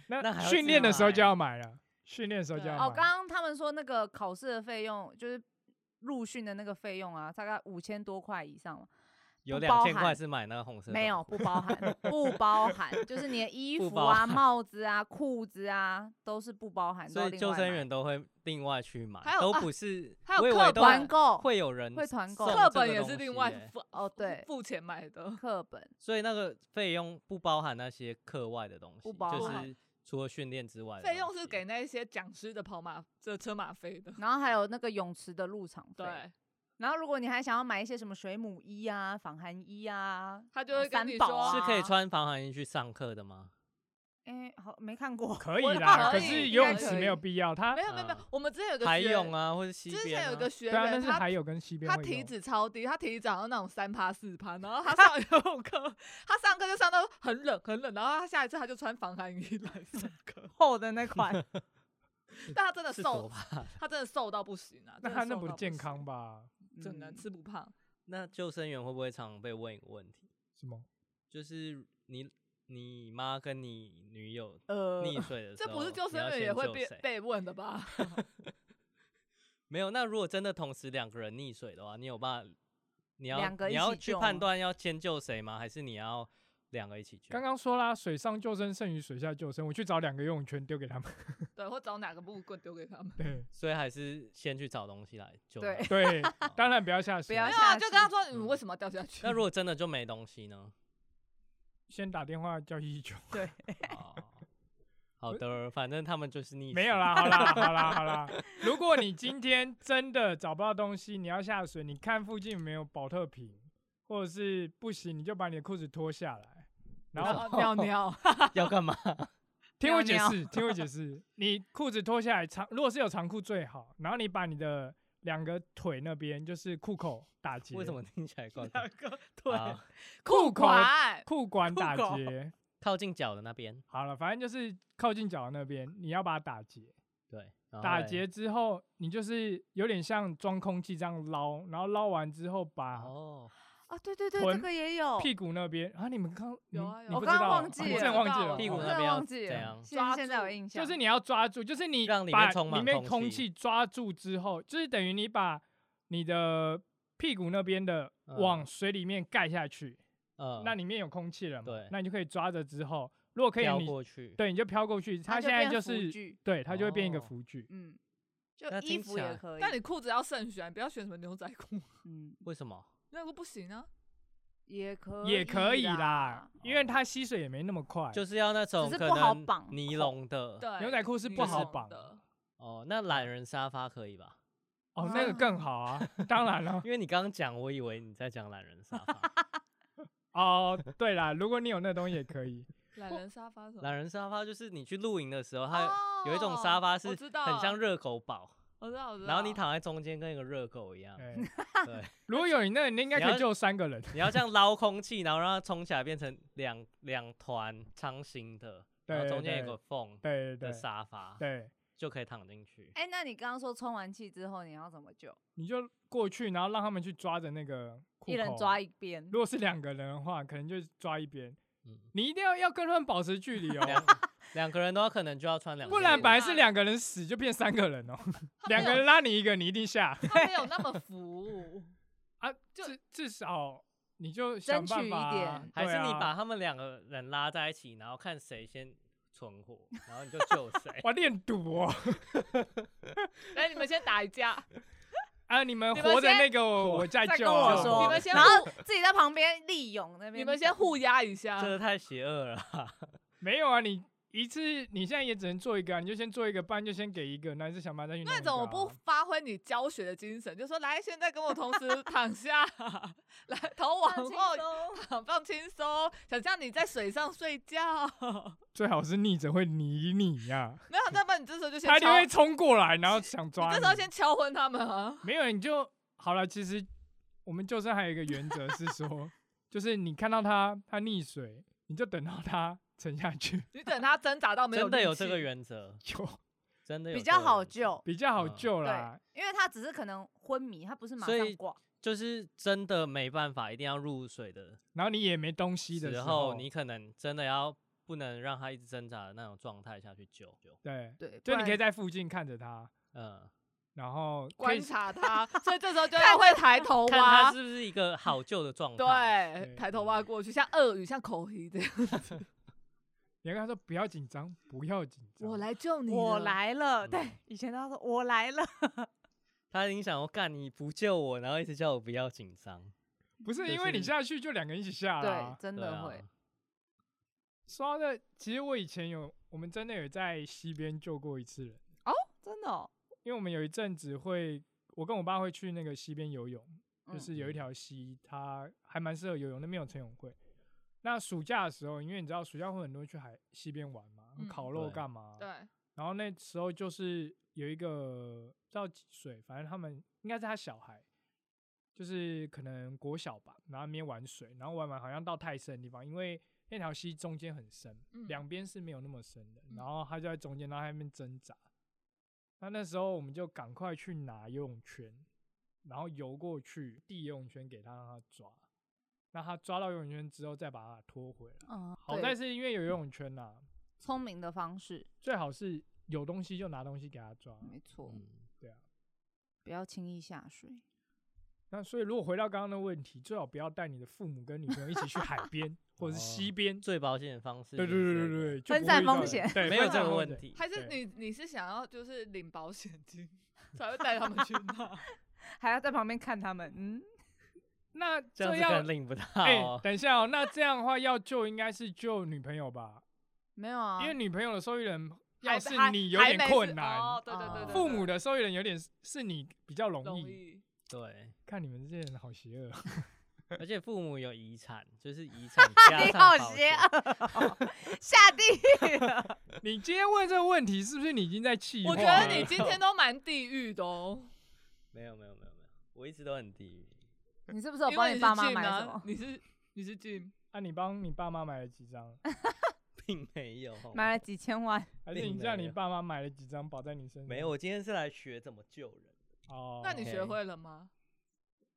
S4: 那还
S2: 那
S4: 要
S2: 训
S4: 自
S2: 练的时候就
S4: 买
S2: 要买了，训练的时候就
S1: 啊对
S2: 要
S1: 啊
S2: 买。
S3: 哦，刚刚他们说那个考试的费用，就是入训的那个费用啊，大概五千多块以上嘛。
S4: 有
S3: 不
S4: 两
S3: 包
S4: 千块
S3: 含
S4: 是买那个红色，
S3: 没 有，，不包含，不包含，就是你的衣
S4: 不
S3: 服
S4: 包
S3: 啊、
S4: 含
S3: 帽子啊、裤子啊，都是不包含。都
S4: 所以
S3: 要另
S4: 救
S3: 外
S4: 生
S3: 买
S4: 员都会另外去买
S1: 还，有
S4: 都
S1: 啊
S4: 不是，
S1: 还有
S4: 我以
S1: 课
S4: 为都
S3: 团购
S4: 会有人
S3: 会团购
S4: 送
S1: 课
S4: 这
S1: 本
S4: 个
S1: 也
S4: 东
S1: 是另
S4: 西
S1: 外
S4: 欸
S1: 付
S3: 哦对
S1: 付钱买的。
S3: 课本，
S4: 所以那个费用不包含那些课外的东西，
S3: 不包
S4: 就
S3: 含
S4: 是除了训练之外的东
S1: 费
S4: 西，
S1: 用是给那一些讲师的跑马这车马费的。
S3: 然后还有那个泳池的入场费。
S1: 对，
S3: 然后如果你还想要买一些什么水母衣啊、防寒衣啊，
S1: 他就
S3: 然后
S1: 会跟
S3: 三
S1: 你
S3: 宝
S1: 说
S3: 啊
S4: 是可以。穿防寒衣去上课的吗？
S3: 哎，好没看过，，
S2: 可以
S1: 我可
S2: 啦，可是
S1: 以
S2: 游
S1: 应
S2: 泳
S1: 该
S2: 池
S1: 可
S2: 没有
S1: 以
S2: 必要。他
S1: 没有没有没有
S4: 嗯，
S1: 我们之前有个
S4: 海
S1: 学
S4: 泳，啊，或者西
S1: 之
S4: 边、啊、
S1: 前有个学
S2: 对啊，但
S1: 员，
S2: 是
S1: 他
S2: 还有跟西边
S1: 他
S2: 会
S1: 体
S2: 有
S1: 脂超低，他体脂好像那种三趴四趴，然后他上游泳课，他上课就上到很冷很冷，然后他下一次他就穿防寒衣来上课
S3: 厚的那款，
S1: 但他真的
S4: 是多
S1: 瘦，
S4: 吧？
S1: 他真的瘦到不行啊！真
S2: 那
S1: 的
S2: 他那
S1: 瘦
S2: 不
S1: 到
S2: 健
S1: 行
S2: 康？吧？
S1: 真的
S3: 嗯
S1: 吃不胖，
S4: 那救生员会不会常被问一个问题，
S2: 什么？
S4: 就是你你妈跟你女友
S3: 呃，
S4: 溺水的时
S1: 这
S4: 候，
S1: 不是救
S4: 你要
S1: 生员
S4: 先
S1: 也会
S4: 救
S1: 被
S4: 谁
S1: 被问的 吧？
S4: 没有？那如果真的同时两个人溺水的话，你有办法？你要
S3: 两个
S4: 你
S3: 一
S4: 要
S3: 起
S4: 去
S3: 救
S4: 判
S3: 吗
S4: 断要先救谁吗？还是你要两个一起救？
S2: 刚刚说啦，水上救生胜于水下救生。我去找两个游泳圈丢给他们。
S1: 对，或找哪个木棍丢给他们。
S2: 对
S4: 所以还是先去找东西来救他
S3: 对
S4: 们。
S2: 对，
S4: 好
S2: 当然不要下水，
S3: 要
S1: 没有
S3: 下
S1: 啊，就跟他
S3: 去
S1: 说你
S4: 嗯
S1: 为什么要掉下去？
S4: 那如果真的就没东西呢？
S2: 先打电话叫一九。
S4: 哦，好的，反正他们就是溺
S2: 没有
S4: 死
S2: 啦， 好 啦，好啦，好啦。如果你今天真的找不到东西，你要下水，你看附近有没有保特瓶，或者是不行，你就把你的裤子脱下来。然后
S1: 后哦尿 尿，
S4: 要干 嘛？
S2: 听我解
S3: 尿
S2: 释，听我解释，你裤子脱下来长，如果是有长裤最好。然后你把你的两个腿那边，就是裤口打结，
S4: 为什么听起来怪怪
S1: 两？个腿
S4: 好
S2: 裤口
S1: 管
S2: 裤管打
S1: 裤口
S2: 结？
S4: 靠近脚的那边，
S2: 好了，反正就是靠近脚的那边，你要把它打结。
S4: 哦对，然后
S2: 打
S4: 嘞
S2: 结之后，你就是有点像装空气这样捞，然后捞完之后把
S4: 哦，
S3: 啊，对对对，这
S2: 臀
S3: 个也有。
S2: 屁股那边啊，你们刚你
S1: 有
S2: 们
S1: 啊有
S2: 你
S1: 啊
S2: 不
S1: 我
S2: 知
S1: 刚
S2: 道
S1: 刚
S2: 啊
S1: 忘
S2: 啊
S1: 记
S2: 你
S1: 了
S2: 真的忘记
S1: 我
S2: 了，
S4: 屁
S2: 哦
S4: 股
S3: 我
S4: 那
S3: 真的
S4: 边要
S3: 忘记
S4: 怎
S3: 了
S4: 样
S3: 现现
S1: 抓
S3: 在有
S1: 住
S3: 印象，
S2: 就是你要抓住，就是你
S4: 让里面
S2: 把
S4: 充满
S2: 里面
S4: 空
S2: 空
S4: 气
S2: 气抓住之后，就是等于你把你的屁股那边的
S4: 嗯
S2: 往水里面盖下去，
S4: 嗯，
S2: 那里面有空气了嘛，
S4: 对
S2: 那你就可以抓着之后，如果可以
S4: 飘
S2: 你
S4: 过去，
S2: 对你就飘过去，它
S3: 它就
S2: 现在
S3: 变
S2: 就
S3: 浮
S2: 是
S3: 具
S2: 对它就会变一个
S4: 哦
S2: 浮具，
S3: 嗯，就
S4: 那
S3: 衣
S4: 听
S3: 服
S4: 起
S3: 也
S4: 来
S3: 可以。
S1: 但你裤子要慎选，不要选什么牛仔裤，
S3: 嗯，
S4: 为什么？
S1: 那个不行啊。
S3: 也可
S2: 也可以
S3: 哦啦
S2: 啦，，因为它吸水也没那么快，
S4: 就是要那种
S3: 是
S4: 可
S3: 不好
S4: 能
S3: 绑口
S4: 尼龙的，
S1: 对，
S2: 牛仔裤是
S1: 女
S2: 不好
S1: 生
S2: 绑
S1: 的，
S4: 哦，那懒人沙发可以吧？
S2: 哦那个更好啊， 当然了，
S4: 因为你刚刚讲，我以为你在讲懒人沙发，
S2: 哦对啦，如果你有那东西也可 以，
S1: 懒人沙发什么？
S4: 懒人沙发就是你去露营的时候，它有有一种沙
S1: 哦
S4: 发
S1: 我
S4: 是
S1: 知
S4: 很像
S1: 道
S4: 热狗堡，
S1: 我知道，我知道。
S4: 然
S3: 哦
S4: 后你躺在中间跟一个热狗一样，
S2: 对，
S4: 对，
S2: 如果有你那个，你应该
S4: 你
S2: 可
S4: 要
S2: 以救三个人，
S4: 你要这样捞空气，然后让它冲起来变成两两团长形的，然后
S2: 对
S4: 中间有
S2: 对
S4: 个缝
S2: 对对
S4: 的
S2: 对
S4: 沙发，
S2: 对。
S4: 就可以躺进去。
S3: 哎、那你刚刚说充完气之后你要怎么救？
S2: 你就过去，然后让他们去抓着那个裤
S3: 一人
S2: 口
S3: 抓一边，
S2: 如果是两个人的话，可能就抓一边。
S4: 嗯
S2: 你一定要要跟他们保持距离
S4: 两
S2: 哦，
S4: 两个人都要可能就要穿两件衣服，
S2: 不然本来
S1: 是
S3: 啊
S2: 是两个人死就变三个 人哦，
S1: 他没
S2: 两个
S1: 有
S2: 人拉你一个，你一定下
S1: 他没有那么 服，
S2: 啊。至至少你就想
S3: 争
S2: 办
S3: 取一
S2: 法啊，
S3: 点
S4: 还
S2: 对
S4: 是你
S2: 啊。
S4: 把他们两个人拉在一起，然后看谁先存活，然后你就救 谁
S2: 我练赌哦
S1: 来你们先打一架，
S2: 啊！你们
S1: 你们
S2: 活着
S1: 先
S2: 那个我我再
S3: 再
S2: 救
S3: 跟我
S2: 啊，
S3: 说，
S1: 你们先
S3: 然后自己在旁边利用那边，
S1: 你们先互压一下
S4: 这。个太邪 恶了啊，
S2: 没有啊，你一次你现在也只能做一个啊，你就先做一个，不然就先给一个，那你是想办法再去弄
S1: 那
S2: 一个
S1: 怎么不
S2: 啊
S1: 发挥你教学的精神？就说来，现在跟我同时躺下， 来头往
S3: 放轻
S1: 后
S3: 松
S1: 躺，放轻松，想象你在水上睡觉。
S2: 最好是逆着会泥你啊呀、
S1: 没有，那么你这时候就先
S2: 他一定
S1: 敲，
S2: 会
S1: 你
S2: 冲过来，然后想抓
S1: 这时候先敲昏他们啊。
S2: 没有，你就好了。其实我们救生还有一个原则是说， 就是你看到他他溺水，你就等到他沉下去，
S1: 你等他挣扎到没有
S4: 真的有
S1: 力气
S4: 这个原则，
S2: 就
S4: 真的有
S3: 比
S4: 这
S3: 较
S4: 个
S3: 好
S4: 原则。
S3: 救，
S2: 比较好
S4: 嗯
S2: 救啦
S3: 对。，因为他只是可能昏迷，他不是马
S4: 所
S3: 上
S4: 以
S3: 挂，
S4: 就是真的没办法，一定要入水的
S2: 然后你也没东西的
S4: 时
S2: 候，
S4: 候，你可能真的要不能让他一直挣扎的那种状态下去救。救
S2: 对，
S3: 对，
S2: 就
S3: 不
S2: 你
S3: 然
S2: 可以在附近看着他，
S4: 嗯，
S2: 然后可
S1: 观
S2: 以
S1: 察他，所以这时候就要会抬头
S4: 看他
S1: 蛙，
S4: 是不是一个好救的状态。
S1: 对，
S2: 对
S1: 抬头蛙过去，像鳄鱼，像口鱼这样。
S2: 你要跟他说不要紧张，不要紧张。
S1: 我来救你，
S3: 我。 来了，
S4: 嗯
S3: 对，以前他说我来了，
S4: 他已经想要干你不救我，然后一直叫我不要紧张。
S2: 不是
S4: 就
S2: 因为你
S4: 是
S2: 下去就两个人一起下啦、
S3: 对，真
S4: 对
S3: 的
S4: 啊
S3: 会，，
S2: 说到这，其实我以前有，我们真的有在溪边救过一次人，
S3: 真的哦，
S2: 因为我们有一阵子会，我跟我爸会去那个溪边游泳，就
S3: 嗯
S2: 是有一
S4: 嗯
S2: 条溪，它还蛮适合游泳，那边有晨泳会。那暑假的时候，因为你知道暑假会很多人去海溪边玩嘛，
S1: 嗯
S2: 烤肉
S4: 对
S2: 干嘛？
S1: 对，
S2: 然后那时候就是有一个不知道几岁，反正他们应该是他小孩，就是可能国小吧，然后那边玩水，然后玩完好像到太深的地方，因为那条溪中间很深，
S1: 嗯
S2: 两边是没有那么深的，
S1: 嗯
S2: 然后他就在中间，然后他在那边挣扎。那那时候我们就赶快去拿游泳圈，然后游过去递游泳圈给他，让他抓。那他抓到游泳圈之后，再把他拖回来。
S3: 嗯，
S2: 好
S3: 对
S2: 在是因为有游泳圈呐、
S3: 聪明的方式，
S2: 最好是有东西就拿东西给他抓。
S3: 没错，
S4: 嗯，
S3: 不要轻易下水，
S2: 那所以如果回到刚刚的问题，最好不要带你的父母跟女朋友一起去海 边或者是溪边。
S4: 最保险的方式。
S2: 对对对对对，对，就
S3: 分
S2: 不
S3: 散
S2: 会遇到
S3: 风
S2: 人
S3: 险
S2: 对，
S4: 没有
S2: 分
S4: 这
S2: 散
S4: 个
S2: 风
S4: 问
S2: 险。
S4: 题。
S1: 还是
S2: 对
S1: 你你是想要就是领保险金 才会带他们去那？
S3: 还要在旁边看他们，嗯，
S2: 那
S4: 这
S2: 这
S4: 样子可
S2: 样
S4: 能，领不到
S2: 哎、
S4: 哦。
S2: 等一下哦，那这样的话要救应该是救女朋友吧？
S3: 没有啊，
S2: 因为女朋友的受益人
S1: 还
S2: 要是
S1: 还
S2: 你有点
S1: 哦还没
S2: 困
S1: 是
S2: 难
S1: 哦，，对对对对对，
S2: 父母的受益人有点是你比较容
S1: 容
S2: 易。
S1: 易，
S4: 对，
S2: 看你们这些人好邪恶，
S4: 而且父母有遗产，就是遗产 加
S3: 你
S4: 上
S3: 好
S4: 保
S3: 邪
S4: 险
S3: 恶哦，下地狱了。
S2: 你今天问这个问题是不是你已经在气话
S1: 我
S2: 了？
S1: 觉得你今天都蛮地狱的 哦，
S4: 没有没有没有没有，我一直都很低迷。
S3: 你是不是有
S1: 因
S3: 帮
S1: 为
S3: 你
S1: 你是
S3: 爸 妈
S1: Jim
S3: 买什
S1: 啊
S3: 么，？
S1: 你是你是 Jim，
S2: 啊，你帮你爸妈买了几张？
S4: 并没有。
S3: 买了几千万，
S2: 还是
S4: 并
S2: 你叫
S4: 没
S2: 你
S4: 有
S2: 爸妈买了几张保在你身上？
S4: 没有，我今天是来学怎么救人。
S2: 哦。
S1: 那你学
S4: OK
S1: 会了吗？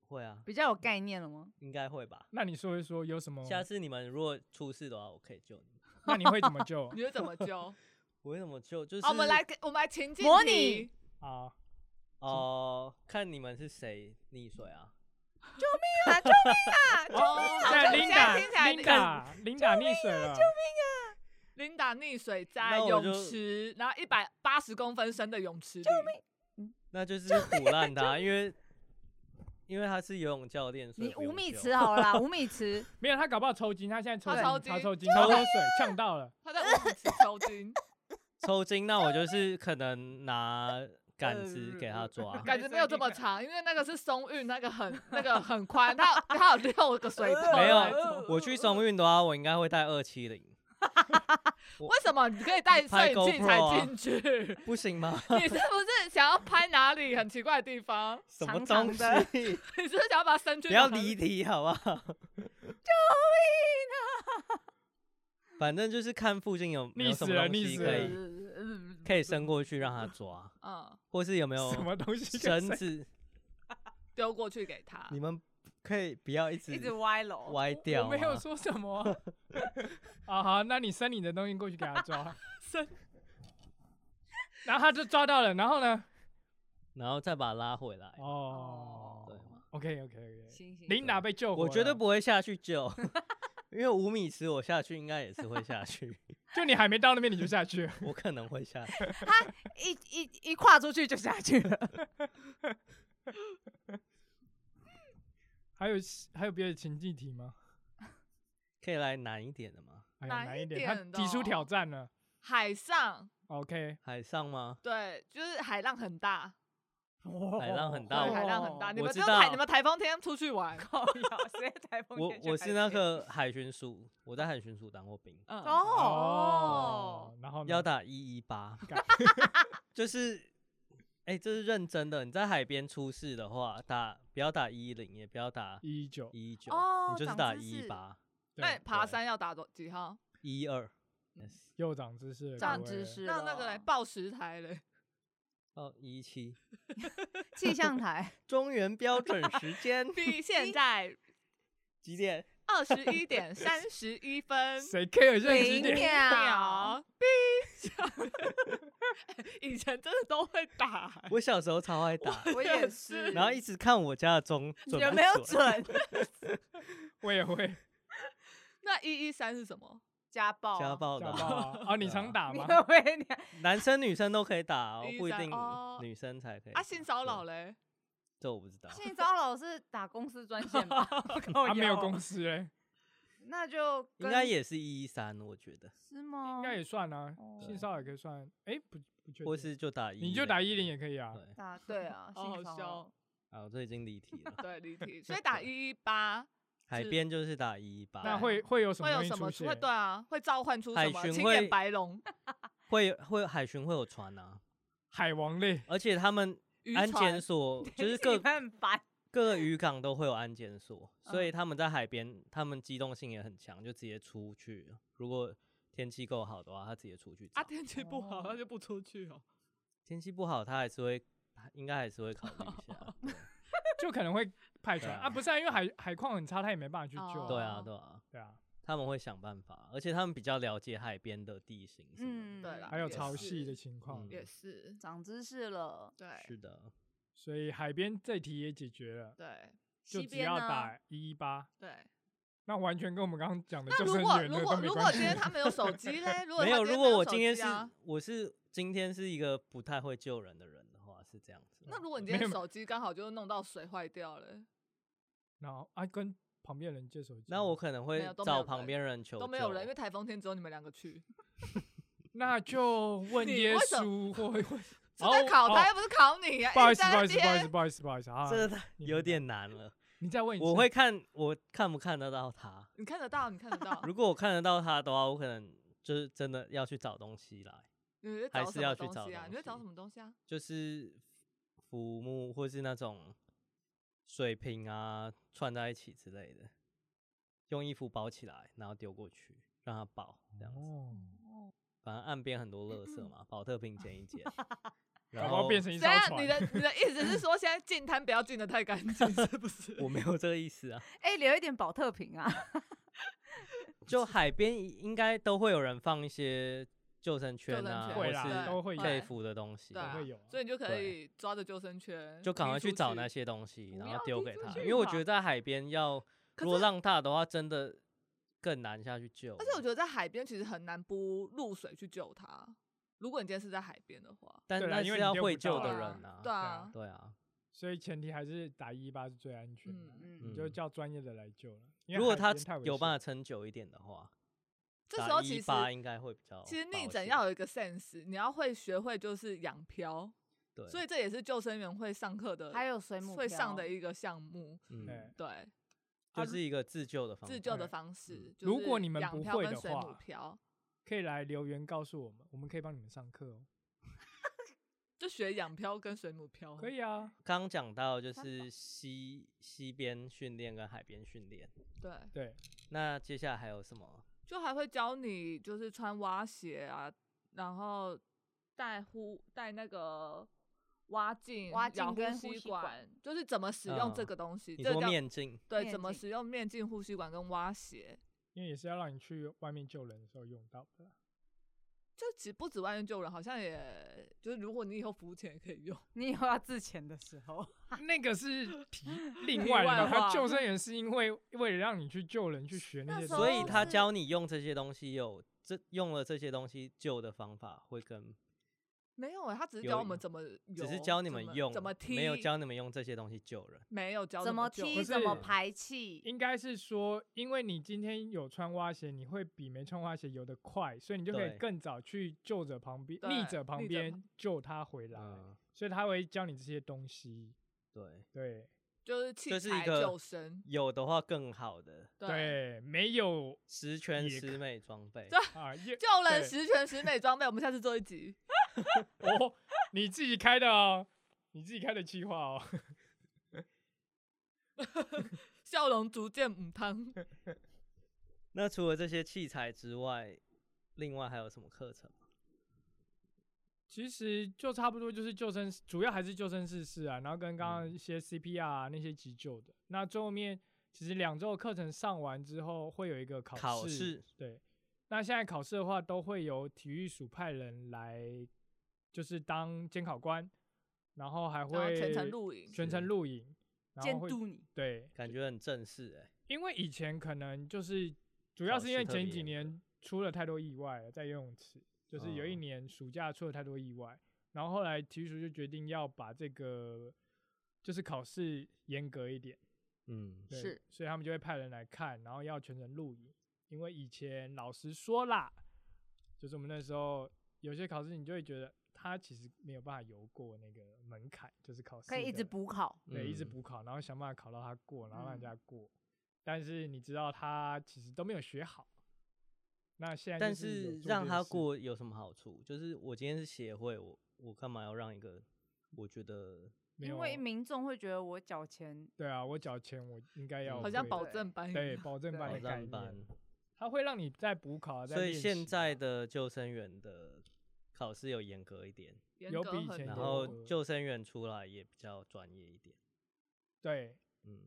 S4: 会啊，
S3: 比较有概念了 吗？
S4: 应该会吧。
S2: 那你说一说有什么？
S4: 下次你们如果出事的话，我可以救你们。
S2: 那你会怎么救
S1: 你是怎么 教？
S4: 我会怎么救？就是
S1: 好，
S3: 哦
S1: 我们来给，我们来情境
S3: 模
S1: 题
S3: 拟
S2: 啊？
S4: 哦、看你们是谁溺水啊？
S3: 啊，救命啊！
S1: 哦。
S2: 现在
S1: 好
S2: 琳
S1: 现在
S2: 达，
S1: 听起来
S2: 琳达，琳达溺水了，
S1: 琳达溺水在
S4: 那我
S1: 泳
S4: 就
S1: 池，然后一百八十公分深的泳池里，
S4: 那就是腐烂 他，啊因为因为他是游泳教练，所以
S3: 你
S4: 不用
S3: 五米
S4: 救
S2: 啊
S3: 池好 了啦，五米池，
S2: 没有，他搞不好抽筋，他现在抽
S1: 他抽筋
S2: 筋，他抽筋，他喝水呛到了，
S1: 他在五米池抽 筋，
S4: 抽筋，那我就是可能拿杆子给 他抓。
S1: 感觉没有这么长，因为那个是松韵，那个很那个很宽，它有它有六个 水桶。
S4: 没
S1: 那种
S2: 呃
S4: 有，我去松运的话，我应该会带二七零，
S1: 为什么你可以带摄
S4: 拍
S1: 影器材
S4: GoPro 啊
S1: 进去？
S4: 不行吗？
S1: 你是不是想要拍哪里很奇怪的地方？
S4: 什么
S3: 长长
S4: 东
S3: 的
S4: 西？
S1: 你是不是想要把它伸去？
S4: 不要离。题好不好？反正就是看附近有没有
S2: 溺
S4: 什
S2: 死
S4: 么
S2: 了
S4: 东
S2: 溺
S4: 西
S2: 死
S4: 可
S2: 了
S4: 以可以伸过去让他抓，
S1: 嗯，
S4: 或是有没有
S2: 什么东西？
S4: 绳子？
S1: 丢过去给他。
S4: 你们可以不要一直
S3: 啊一直歪楼，
S4: 歪掉
S2: 我没有
S4: 吗
S2: 说什么啊。啊好，那你伸你的东西过去给他抓，
S1: 伸，
S2: 然后他就抓到了，然后呢？
S4: 然后再把它拉回
S3: 哦
S4: 来，
S2: 哦
S4: 对吗？
S2: ，OK OK OK，
S3: 行行
S2: 琳达被救活了，
S4: 我绝对不会下去救， 因为五米池我下去应该也是会下去，
S2: 就你还没到那边你就下去了，
S4: 我可能会下去。
S3: 一一一跨出去就下去了。
S2: 还有还有别的情境题吗？
S4: 可以来难一点的吗？
S2: 哎呀，
S1: 难
S2: 难
S1: 一
S2: 一点，他
S1: 点的
S2: 提出
S1: 哦
S2: 挑战了。
S1: 海上，
S2: OK，
S4: 海上吗？
S1: 对，就是海浪很大，
S4: 海浪很大
S1: 对，
S4: 我
S1: 海浪很大。你们
S4: 知
S1: 就台
S4: 道
S1: 你们台风天出去 玩，
S3: 靠腰，谁台风
S4: 我
S3: 天去
S4: 我
S3: 海
S4: 是那
S3: 边
S4: 个海巡署，我在海巡署当过兵，
S1: 嗯，
S3: 哦，，
S2: 然后呢
S4: 要打一一 八
S2: 干，
S4: 就是，哎、这是认真的。你在海边出事的话，打不要打一一零，也不要打
S2: 一九，
S4: 一一九
S3: 哦，
S4: 你就是
S3: 长
S4: 打
S3: 知
S4: 一一
S3: 识
S4: 八、
S1: 那你爬
S4: 对
S1: 山要打多几号？
S4: 一二。
S2: 又长知识了，
S1: 长
S2: 各位
S3: 知识
S1: 那那个嘞，
S3: 了
S1: 报时台 嘞，
S4: 哦，一七，
S3: 气象台
S4: 中原标准时间
S1: 比现在
S4: 几点？
S1: 二十一点三十一分
S2: 谁 care 现在几
S3: 零
S2: 点？
S3: 秒，
S1: 秒哔。 以前真的都会打欸，
S4: 我小时候超爱打，
S3: 我也是，
S4: 然后一直看我家的钟准
S3: 有
S4: 不
S3: 没有
S4: 准。
S3: 准
S2: 我也会
S1: 那一一三是什么？
S3: 家暴？
S4: 家？暴的
S2: 家
S4: 啊、
S2: 暴啊！哦，你
S4: 对啊
S2: 常打
S3: 你
S2: 吗？
S3: 会你
S4: 男生女生都可以打、哦，
S1: 一
S4: 不一
S1: 三
S4: 定
S1: 哦
S4: 女生才可以打。
S1: 啊，性骚扰
S4: 对，
S1: 嘞？
S4: 这我不知道。
S3: 性骚扰是打公司专线吧？ 靠
S2: 啊，没有
S3: 腰
S2: 公，司哎，
S3: 那就
S4: 应该
S3: 跟
S4: 也是一一三，我觉得，
S3: 是吗？哦
S2: 应该也算啊，性
S4: 对
S2: 骚扰也可以算，哎，不不确定，
S4: 哦或是就打一，
S2: 你就打一零也可以
S4: 对
S2: 啊，，
S3: 啊，对啊，
S1: 好好
S3: 性骚
S1: 笑
S3: 扰
S1: 哦。
S4: 啊，这已经离题了。
S1: 对， 离题。 所以打一一八
S4: 海
S1: 是
S4: 边就是打一八，
S2: 那会会有什么
S1: 啊会有
S2: 东西
S1: 什么
S2: 出
S1: 出？
S2: 现
S1: 会？对啊，会召唤出
S4: 海
S1: 什么
S4: 巡
S1: 青眼
S4: 会
S1: 白龙、
S4: 会会海巡会有船啊，
S2: 海王类，
S4: 而且他们
S1: 渔
S4: 安检
S1: 船？
S4: 所就是
S3: 你
S4: 各
S3: 们很烦，
S4: 各个渔港都会有安检所，所以
S1: 嗯
S4: 他们在海边，他们机动性也很强，就直接出去了。如果天气够好的话，他直接出去找。
S1: 啊，天气不好，那就不出去哦。
S4: 天气不好，他还是会，他应该还是会考虑一下。对
S2: 就可能会派船
S4: 对啊
S2: 啊，不是啊，因为海海况很差，他也没办法去救。
S1: 哦
S4: 对啊，对啊，
S2: 对啊，
S4: 他们会想办法，而且他们比较了解海边的地形什么的。
S3: 嗯，
S1: 对啦
S2: 还有
S1: 也
S2: 潮汐
S1: 是
S2: 的情况
S4: 嗯，
S1: 也是，
S3: 长知识了。
S1: 对
S4: 是的，
S2: 所以海边这题也解决了，
S1: 对
S2: 就
S3: 西
S2: 只
S3: 边
S2: 要
S3: 呢
S2: 打一一八，
S1: 对。
S2: 那完全跟我们刚刚讲的
S1: 那
S2: 救
S1: 如
S2: 生
S1: 果
S2: 员
S1: 如
S2: 的
S1: 果
S2: 都没
S1: 如
S2: 关
S1: 果
S2: 系
S1: 今。天他没有手机 嘞，如果
S4: 没
S1: 他
S4: 有。
S1: 今天
S4: 如果我
S1: 手
S4: 今天
S1: 机
S4: 是
S1: 啊
S4: 我是今天是一个不太会救人的人的话，是这样子。啊
S1: 那如果你
S2: 没
S1: 今天
S2: 有
S1: 手机刚好就弄到水坏掉了，
S2: 然后啊，跟旁边人借手机。
S4: 那我可能
S1: 没
S4: 会
S1: 有都没有
S4: 找
S1: 人
S4: 旁边人求救。
S1: 都没有人，因为台风天只有你们两个去。
S2: 那就问
S1: 你
S2: 耶
S1: 为什
S2: 稣或问。
S1: 是在
S2: 哦
S1: 考
S2: 哦
S1: 他，又不是考你呀。
S2: 不好
S1: 一
S2: 意
S1: 直
S2: 思，
S1: 在
S2: 不好
S1: 那
S2: 意思，不
S1: 边
S2: 好意思，不好意思，不好意思啊！
S4: 这个太
S2: 你
S4: 有
S2: 明白
S4: 点难了。
S2: 你再问一次，
S4: 我会看我看不看得到他。
S1: 你看得到，你看得到。
S4: 如果我看得到他的话，我可能就是真的要去找东西来，
S1: 你在
S4: 还
S1: 找
S4: 是
S1: 什么
S4: 要去
S1: 东
S4: 找
S1: 西啊？
S4: 东
S1: 你在找
S4: 西
S1: 什么东西啊？
S4: 就是浮木或是那种水瓶啊串在一起之类的，用衣服包起来，然后丢过去。让它爆这样子。
S2: 哦，
S4: 反正岸边很多垃圾嘛，保特瓶 前一届，然
S2: 然后
S4: 后
S2: 变成一
S1: 怎
S2: 艘
S1: 样？
S2: 船
S1: 你，的你的意思是说，现在进滩不要进的太干净， 是不是？
S4: 我没有这个意思 啊，
S3: 哎、留一点保特瓶啊，
S4: 就海边应该都会有人放一些救生圈
S1: 生
S4: 啊，
S1: 圈
S4: 或
S2: 会啦，
S1: 对
S4: 是
S2: 都会有，
S1: 对
S4: 佩服的东西
S1: 对、，啊
S2: 会有啊，
S1: 所以你就可
S4: 对
S1: 以抓着救生圈，
S4: 就赶快
S1: 踢出
S4: 去
S1: 去
S4: 找那。些东西，
S1: 不
S4: 然
S1: 要
S4: 后丢
S1: 踢
S4: 给
S1: 出
S4: 他，
S1: 去
S4: 因为我
S1: 嘛
S4: 觉得在海边要
S1: 可
S4: 如果
S1: 是
S4: 浪大的话，真的更难下去救。
S1: 而且我觉得在海边其实很难不入水去救它。如果你今天是在海边的话，
S4: 但
S2: 对啦
S4: 那
S2: 因为
S4: 是
S2: 你
S4: 要
S2: 丢
S4: 会
S2: 不到
S4: 救的
S1: 啊
S4: 人啊，
S1: 对
S2: 啊
S1: 啊，
S4: 对啊。
S2: 所以前提还是打一八是最安全的啊，
S1: 嗯
S3: 嗯，
S2: 你就
S4: 嗯
S2: 叫专业的来救了。因为
S4: 如果
S2: 海
S4: 他
S2: 边太危
S4: 有
S2: 险
S4: 办法
S2: 了
S4: 撑久一点的话，
S1: 这
S4: 打
S1: 时候
S4: 一
S1: 其实
S4: 八应该会比较
S1: 其实
S4: 保
S1: 逆诊
S4: 险
S1: 要有一个 sense，你要会学会就是仰漂，
S4: 对，
S1: 所以这也是救生员会上课的，
S3: 嗯还有水母
S1: 会上的
S3: 漂
S1: 一 个项目。
S4: 嗯，
S2: 对，
S1: 对，
S4: 就
S2: 啊
S4: 是一个自救的方嗯法。
S1: 自救的
S2: 对
S1: 方式。就
S2: 如果
S1: 是
S2: 你们
S1: 仰
S2: 不
S1: 漂
S2: 会
S1: 跟
S2: 的
S1: 水母
S2: 话
S1: 漂
S2: 可以来留言告诉我们，我们可以帮你们上课哦。
S1: 就学仰漂跟水母漂，
S2: 可以啊，
S4: 刚刚讲到就是西西边训练跟海边训练，
S1: 对，
S2: 对，
S4: 那接下来还有什么？
S1: 就还会教你就是穿蛙鞋啊，然后带呼带那个蛙镜、
S3: 蛙
S1: 咬
S3: 镜跟呼
S1: 吸
S3: 吸管
S1: 就是怎么使用这
S4: 嗯
S1: 个东西。
S4: 你
S1: 这
S4: 说
S1: 叫
S4: 面镜，
S1: 对，
S3: 面
S1: 怎么
S3: 镜
S1: 使用面镜、呼吸管跟蛙鞋？
S2: 因为也是要让你去外面救人的时候用到的啦。
S1: 就其实不止外面救人，好像也就是如果你以后浮潜也可以用。
S3: 你以后要自潜的时候，
S2: 那个是 题另
S1: 题
S2: 外的
S1: 外
S2: 嘛，他
S1: 话
S2: 救生员是因为为了让你去救人去学那
S3: 那
S2: 些
S3: 时
S2: 东
S4: 所以
S2: 西
S3: 候
S4: 他
S3: 是
S4: 教你用这些东西有这用了这些东西救的方法会跟
S1: 没有哎、他只是
S4: 有
S1: 教我
S4: 一
S1: 们怎么游，
S4: 只是教你
S1: 怎
S4: 们
S1: 么
S4: 用，
S1: 怎么踢，
S4: 没有教你们用这些东西救人。
S1: 没有教
S3: 怎么
S1: 救
S3: 踢，
S2: 不
S3: 怎么
S2: 是
S3: 排气，
S2: 应该是说，因为你今天有穿蛙鞋，你会比没穿蛙鞋游得快，所以你就可以
S4: 对
S2: 更早去救者旁边、
S1: 对
S2: 逆者旁
S1: 逆者
S2: 边
S1: 旁
S2: 救他回来。
S4: 嗯，
S2: 所以他会教你这些东西。
S4: 对，
S2: 对
S1: 就是器
S4: 就是一
S1: 材
S4: 个
S1: 救生，
S4: 有的话更好的
S2: 对，没有
S4: 十全
S2: 也
S4: 十
S2: 可
S4: 美装 备。
S2: 啊，也
S1: 救人
S2: 对
S1: 十全十美装备，我们下次做一集。
S2: 哦，你自己开的哦，你自己开的计划哦。
S1: 笑容逐渐母汤，
S4: 那除了这些器材之外，另外还有什么课程吗？
S2: 其实就差不多就是救生，主要还是救生试试啊，然后跟刚刚
S4: 嗯
S2: 一些 CPR、啊、那些急救的。那最后面其实两周的课程上完之后，会有一个考试。
S4: 考试
S2: 对，那现在考试的话，都会由体育署派人来，就是当监考官，然后还
S1: 然后
S2: 会
S1: 全程录 影，
S2: 全程
S4: 是
S2: 录影，然
S3: 监
S2: 后会
S3: 督你。
S2: 对，
S4: 感觉很正式哎、
S2: 因为以前可能就是主要
S4: 考
S2: 是因
S4: 试
S2: 为
S4: 特
S2: 前
S4: 别
S2: 几
S4: 严格
S2: 年出了太多意外了，在游泳池，就是有一
S4: 嗯
S2: 年暑假出了太多意外，然后后来体育署就决定要把这个就是考试严格一点，
S4: 嗯，
S2: 对
S1: 是，
S2: 所以他们就会派人来看，然后要全程录影，因为以前老实说啦，就是我们那时候有些考试你就会觉得他其实没有办法游过那个门槛，就是考试
S3: 可以一直
S2: 的
S3: 补考，
S2: 对，一直
S4: 嗯
S2: 补考，然后想办法考到他过，然后让人
S3: 嗯
S2: 家过。但是你知道他其实都没有学好，那现在
S4: 但
S2: 就是有
S4: 是
S2: 做
S4: 让
S2: 这
S4: 他
S2: 件事，
S4: 过有什么好处？就是我今天是协会，我我干嘛要让一个我觉得
S2: 没
S3: 因
S2: 有哦
S3: 为民众会觉得我缴钱，
S2: 对啊，我缴钱我应该要
S4: 嗯
S1: 好像
S2: 会
S1: 保
S3: 对
S1: 证啊班一
S2: 对
S1: 样
S2: 保证
S3: 对
S2: 班
S4: 保
S2: 的概
S4: 障班
S2: 念，？他会让你在补考啊，在
S4: 所以
S2: 练
S4: 现
S2: 习
S4: 在
S2: 啊
S4: 的救生员的考试有严格一点，
S1: 严
S2: 有
S1: 格
S2: 比以
S1: 很
S2: 前
S1: 多
S4: 然
S2: 有
S4: 后
S2: 嗯
S4: 救生员出来也比较专业一点。
S2: 对，
S4: 嗯，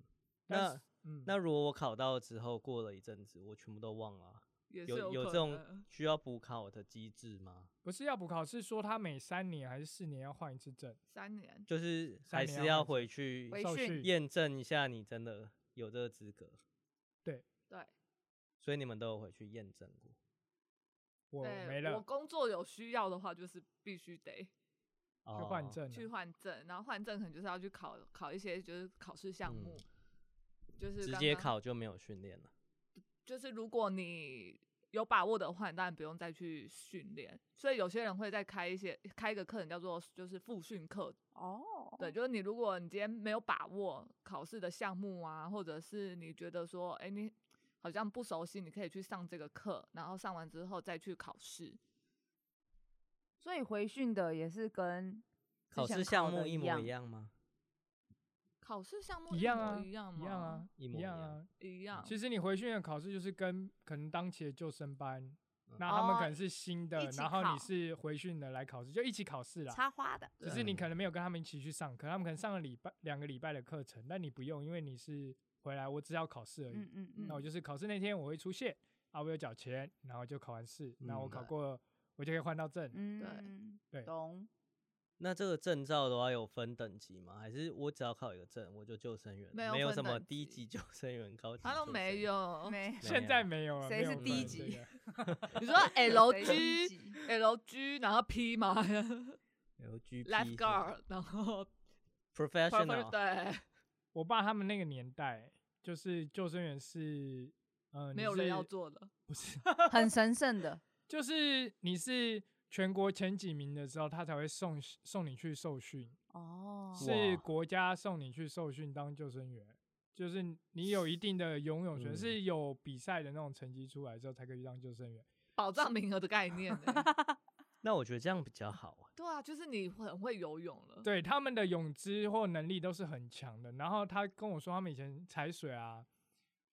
S2: 但
S4: 那
S2: 是嗯
S4: 那如果我考到之后过了一阵子，我全部都忘了啊，
S1: 也是
S4: 有
S1: 有
S4: 有
S1: 可
S4: 这种
S1: 能
S4: 需要补考的机制吗？
S2: 不是要补考，是说他每三年还是四年要换一次证，
S1: 三年，
S4: 就是
S2: 三
S4: 还
S2: 年
S4: 是
S2: 要
S4: 要
S2: 换
S4: 回去
S3: 回
S2: 受
S3: 训
S2: 训
S4: 验证一下你真的有这个资格，
S1: 对，
S4: 所以你们都有回去验证过。
S2: 我
S1: 对
S2: 没了
S1: 我，工作有需要的话，就是必须得
S2: 去换
S4: 哦
S2: 证
S1: 去
S2: 了。
S1: 换证，然后换证可能就是要去考考一些就是考试项
S4: 嗯
S1: 目，就是
S4: 直
S1: 刚
S4: 接
S1: 刚
S4: 考就没有训练了。
S1: 就是如果你有把握的话，你当然不用再去训练。所以有些人会再开一些开一个课程，叫做就是复训课。
S3: 哦，
S1: 对，就是你如果你今天没有把握考试的项目啊，或者是你觉得说，哎、你好像不熟悉，你可以去上这个课，然后上完之后再去考试。
S3: 所以回训的也是跟
S4: 考
S3: 之前
S4: 试项
S3: 考
S4: 目
S3: 的
S4: 一
S3: 一
S4: 模
S3: 样
S4: 一样吗？
S1: 考试项目
S2: 一
S1: 一
S2: 样
S1: 模
S2: 啊，
S1: 一样
S2: 一
S1: 吗？
S2: 样啊，
S4: 一模一
S2: 样
S4: 样
S2: 啊。
S1: 一样
S2: 其实你回训的考试就是跟可能当期的救生班，那他们
S3: 哦
S2: 可能是新的
S3: 一，起
S2: 然后
S3: 考
S2: 你是回训的来考试，就一起考试啦。
S3: 插花的，
S2: 只是你
S4: 嗯
S2: 可能没有跟他们一起去上课，他们可能上了礼拜两个礼拜的课程，但你不用，因为你是回来，我只要考试而已。
S3: 嗯嗯嗯，
S2: 那我就是考试那天我会出现啊，我有缴钱，然后就考完试，那我
S4: 嗯
S2: 考
S1: 对
S2: 过了我就可以换到证。
S3: 嗯，
S2: 对
S3: 懂。
S4: 那这个证照的话有分等级吗？还是我只要考一个证我就救生员了？
S1: 没有
S4: 没有
S1: 分
S4: 什么
S1: 等
S4: 低级
S1: 级
S4: 救生员、高级
S1: 他都
S4: 救
S1: 没
S4: 生
S1: 有。
S3: 没
S4: 没
S2: 现在
S4: 有
S2: 没有了，
S3: 谁
S2: 没有
S3: 是第一
S2: 分
S3: 级
S2: 这个
S1: 你说
S3: 谁低
S1: LG
S3: 级
S1: LG，然后 P 嘛
S4: LGP 是吧
S1: ，Lifeguard，然后
S2: 啊
S4: professional
S1: 对，
S2: 我爸他们那个年代，就是救生员是，嗯、呃，
S1: 没
S2: 你
S1: 有人
S2: 是
S1: 要，做的。
S2: 不是，
S3: 很神圣的，
S2: 就是你是全国前几名的时候，他才会送送你去受训。
S3: 哦，
S2: 是
S4: 哇
S2: 国家送你去受训当救生员，就是你有一定的游泳权，
S4: 嗯
S2: 是有比赛的那种成绩出来之后才可以当救生员。
S1: 保障名额的概念 欸、
S4: 那我觉得这样比较好啊。
S1: 对啊，就是你会很会游泳了。
S2: 对，他们的泳姿或能力都是很强的。然后他跟我说，他们以前踩水啊，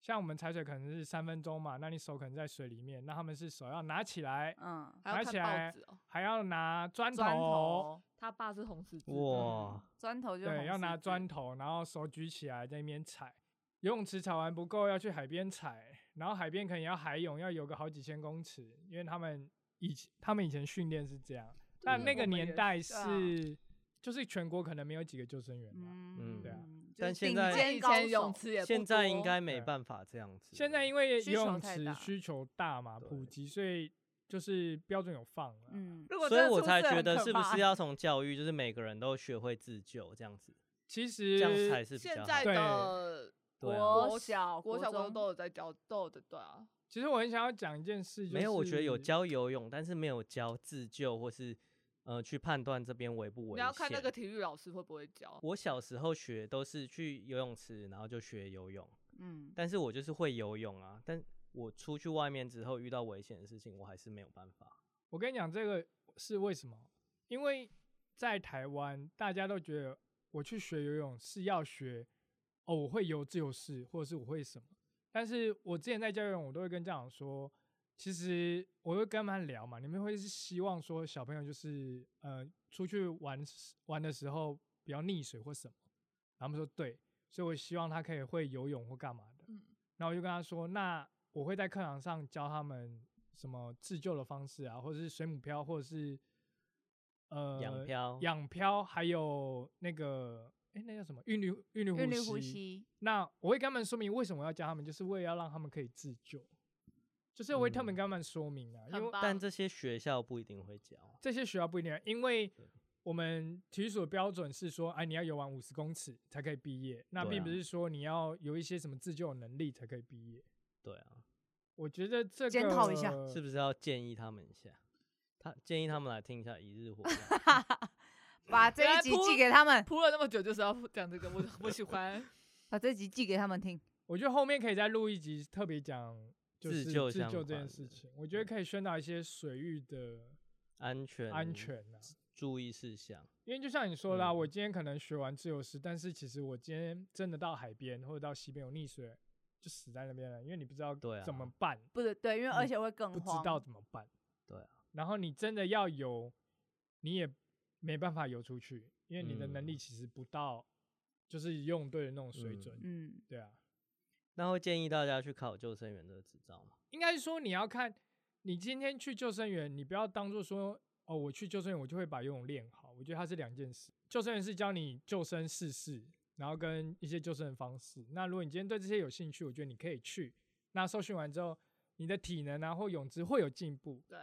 S2: 像我们踩水可能是三分钟嘛，那你手可能在水里面，那他们是手要拿起来，
S3: 嗯，
S1: 还要
S2: 拿起
S1: 看
S2: 来
S1: 报纸哦。
S2: 还要拿砖
S3: 砖
S2: 头，
S3: 头，
S1: 他爸是红十字，
S4: 哇，
S3: 砖头就
S2: 对，
S3: 红
S2: 要拿
S3: 十字
S2: 砖头，然后手举起来在那边踩。游泳池踩完不够，要去海边踩，然后海边可能要海泳，要游个好几千公尺，因为他们以前他们以前训练是这样，但那
S1: 我
S2: 个
S1: 们
S2: 年
S1: 也
S2: 代
S3: 啊
S2: 是就是全国可能没有几个救生员吧。
S3: 嗯，
S4: 对
S2: 啊
S3: 就是
S4: 但现
S3: 顶
S4: 在
S1: 那
S3: 尖
S1: 以
S3: 高
S1: 前泳
S3: 手
S1: 池也不
S4: 现在
S1: 多
S4: 应该没
S2: 对
S4: 办法这样子了。
S2: 现在因为
S3: 需
S2: 游
S3: 求
S2: 泳
S3: 太
S2: 池
S3: 大
S2: 需求大嘛，普
S4: 对
S2: 及，所以就是标准有放了。
S3: 嗯，
S1: 如果
S4: 所以
S1: 真的
S4: 我
S1: 出
S4: 才
S1: 事
S4: 觉
S1: 很
S4: 得
S1: 可
S4: 是不
S1: 怕
S4: 是要从教育，就是每个人都学会自救这样子，
S2: 其
S4: 这
S2: 实
S4: 样才是比较
S1: 现
S4: 好
S1: 在
S2: 对
S1: 的
S4: 对啊
S1: 国
S3: 国小
S1: 国
S3: 国
S1: 小国
S3: 中
S1: 中都有在教，都有在对啊。
S2: 其实我很想要讲一件事、就是，
S4: 没有，我觉得有教游泳，但是没有教自救或是呃去判断这边危不危
S1: 你
S4: 险。
S1: 要看那个体育老师会不会教。
S4: 我小时候学都是去游泳池，然后就学游泳，
S3: 嗯，
S4: 但是我就是会游泳啊，但我出去外面之后遇到危险的事情，我还是没有办法。
S2: 我跟你讲，这个是为什么？因为在台湾，大家都觉得我去学游泳是要学哦，我会游自由式，或者是我会什么。但是我之前在教游泳，我都会跟家长说，其实我会跟他们聊嘛，你们会是希望说小朋友就是呃出去玩时玩的时候不要溺水或什么。然后他们说对，所以我希望他可以会游泳或干嘛的。
S1: 嗯，
S2: 然后我就跟他说，那我会在课堂上教他们什么自救的方式啊，或者是水母漂，或者是呃
S4: 仰漂
S2: 仰漂，还有那个哎、那叫什么韵律韵律
S3: 韵律呼吸，
S2: 那我会跟他们说明为什么要教他们，就是为了要让他们可以自救，就是我会特别
S4: 嗯
S2: 跟他们说明啊，因
S1: 很
S2: 为
S1: 棒
S4: 但这些学校不一定会教啊，
S2: 这些学校不一定啊，因为。我们体育所的标准是说，哎、你要游完五十公尺才可以毕业，那
S4: 对
S2: 并不
S4: 啊
S2: 是说你要有一些什么自救能力才可以毕业。
S4: 对啊，
S2: 我觉得这个
S3: 检讨一下
S2: 嗯
S4: 是不是要建议他们一下？他建议他们来听一下《一日火药》，
S3: 把这
S1: 原
S3: 一
S1: 来
S3: 集
S1: 铺
S3: 寄给他们，
S1: 铺了那么久就是要讲这个，我我喜 欢。
S3: 把这集寄给他们听。
S2: 我觉得后面可以再录一集，特别讲就是
S4: 自
S2: 自
S4: 救
S2: 救
S4: 相
S2: 这
S4: 关
S2: 件
S4: 的
S2: 事情。我觉得可以宣导一些水域的
S4: 安全
S2: 安全啊，
S4: 注意事项。
S2: 因为就像你说的、啊，
S4: 嗯
S2: 我今天可能学完自由式，但是其实我今天真的到海边或者到溪边有溺水，就死在那边了，因为你不知道
S4: 对啊
S2: 怎么办，
S3: 不是对，因为而
S2: 你
S3: 且会更
S2: 不知
S3: 慌。
S2: 道怎么办。
S4: 对啊，
S2: 然后你真的要游，你也没办法游出去，因为你的能
S4: 嗯
S2: 力其实不到，就是游泳队的那种水
S4: 嗯
S2: 准。
S3: 嗯，
S2: 对啊，
S4: 那会建议大家去考救生员的执照吗？
S2: 应该是说你要看你今天去救生员，你不要当做说哦，我去救生员我就会把游泳练好。我觉得它是两件事。救生员是教你救生试试，然后跟一些救生的方式。那如果你今天对这些有兴趣，我觉得你可以去。那受训完之后，你的体能啊或泳姿会有进步。
S1: 对，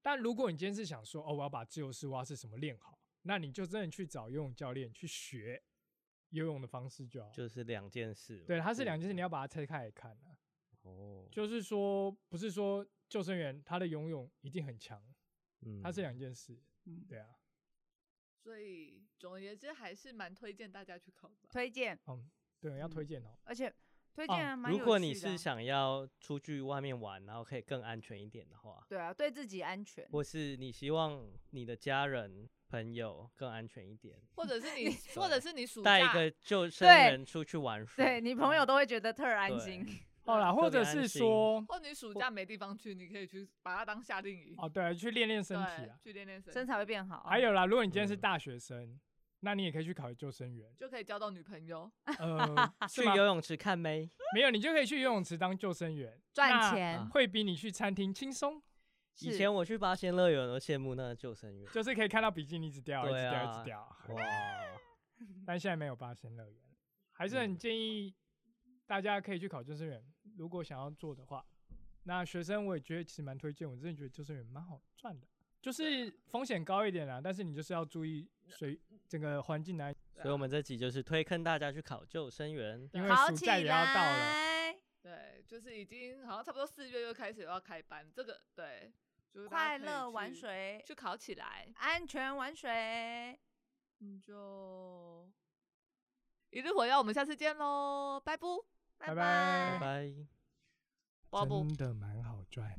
S2: 但如果你今天是想说哦，我要把自由式蛙是什么练好，那你就真的去找游泳教练去学游泳的方式就好。
S4: 就是两件事嘛，
S2: 对，它是
S4: 不
S2: 两
S4: 一
S2: 件事，你
S4: 样
S2: 要把它拆开来看啊。
S4: 哦，
S2: 就是说，不是说救生员他的游泳一定很强，
S4: 嗯
S2: 它是两件事。
S3: 嗯
S2: 对啊，
S1: 所以总而言之还是蛮推荐大家去考的。
S3: 推荐，
S2: 嗯，对，要推荐哦。
S3: 而且推
S2: 哦
S3: 荐啊蛮有趣的
S4: 如
S3: 啊。
S4: 果你是想要出去外面玩，然后可以更安全一点的话，
S3: 对啊，对自己安全，
S4: 或是你希望你的家人、朋友更安全一点，
S1: 或者 是你，或者是你暑
S4: 带一
S1: 假
S4: 个救生
S3: 对
S4: 员出去玩水，
S3: 对你朋友都会觉得特安
S4: 嗯对
S3: 心。
S2: 哦啦，或
S4: 特别
S2: 者
S4: 安
S2: 是
S4: 心
S2: 说，
S1: 或者你暑假没地方去，你可以去把它当夏令营，
S2: 哦，对，去练练身体
S1: 对
S2: 啊。
S1: 去练练身
S3: 身
S1: 体，。
S3: 材会变好啊。
S2: 还有啦，如果你今天是
S4: 嗯
S2: 大学生，那你也可以去考救生员
S1: 就可以交到女朋友。
S2: 呃，是
S4: 嗯去
S2: 吗
S4: 游泳池看妹，
S2: 没有，你就可以去游泳池当救生员，
S3: 赚
S2: 那
S3: 钱，
S2: 会比你去餐厅轻松，
S4: 以
S3: 是
S4: 前我去八仙乐园，我羡慕那个救生员。
S2: 就是可以看到比基尼一直掉，一直
S4: 对
S2: 掉，一
S4: 啊
S2: 直掉。
S4: 哇，
S2: 但现在没有八仙乐园，还是很
S4: 嗯
S2: 建议大家可以去考救生员，如果想要做的话。那学生我也觉得其实蛮推荐，我真的觉得救生员蛮好赚的，
S3: 啊
S2: 就是风险高一点啦，但是你就是要注意水整个环境来，
S4: 所以我们这集就是推坑大家去考救生员。
S2: 因为
S3: 好
S2: 暑
S3: 起
S2: 假也要到了。
S3: 来，
S1: 对，就是已经好像差不多四月就开始要开班，这个对，就是大家
S3: 快
S1: 可以
S3: 乐玩
S1: 去
S3: 水，
S1: 去考起来，
S3: 安全玩水，
S1: 嗯，就一日火药，我们下次见喽，拜不，
S2: 拜拜
S4: 拜拜。
S1: 拜不。
S2: 的蛮好赚。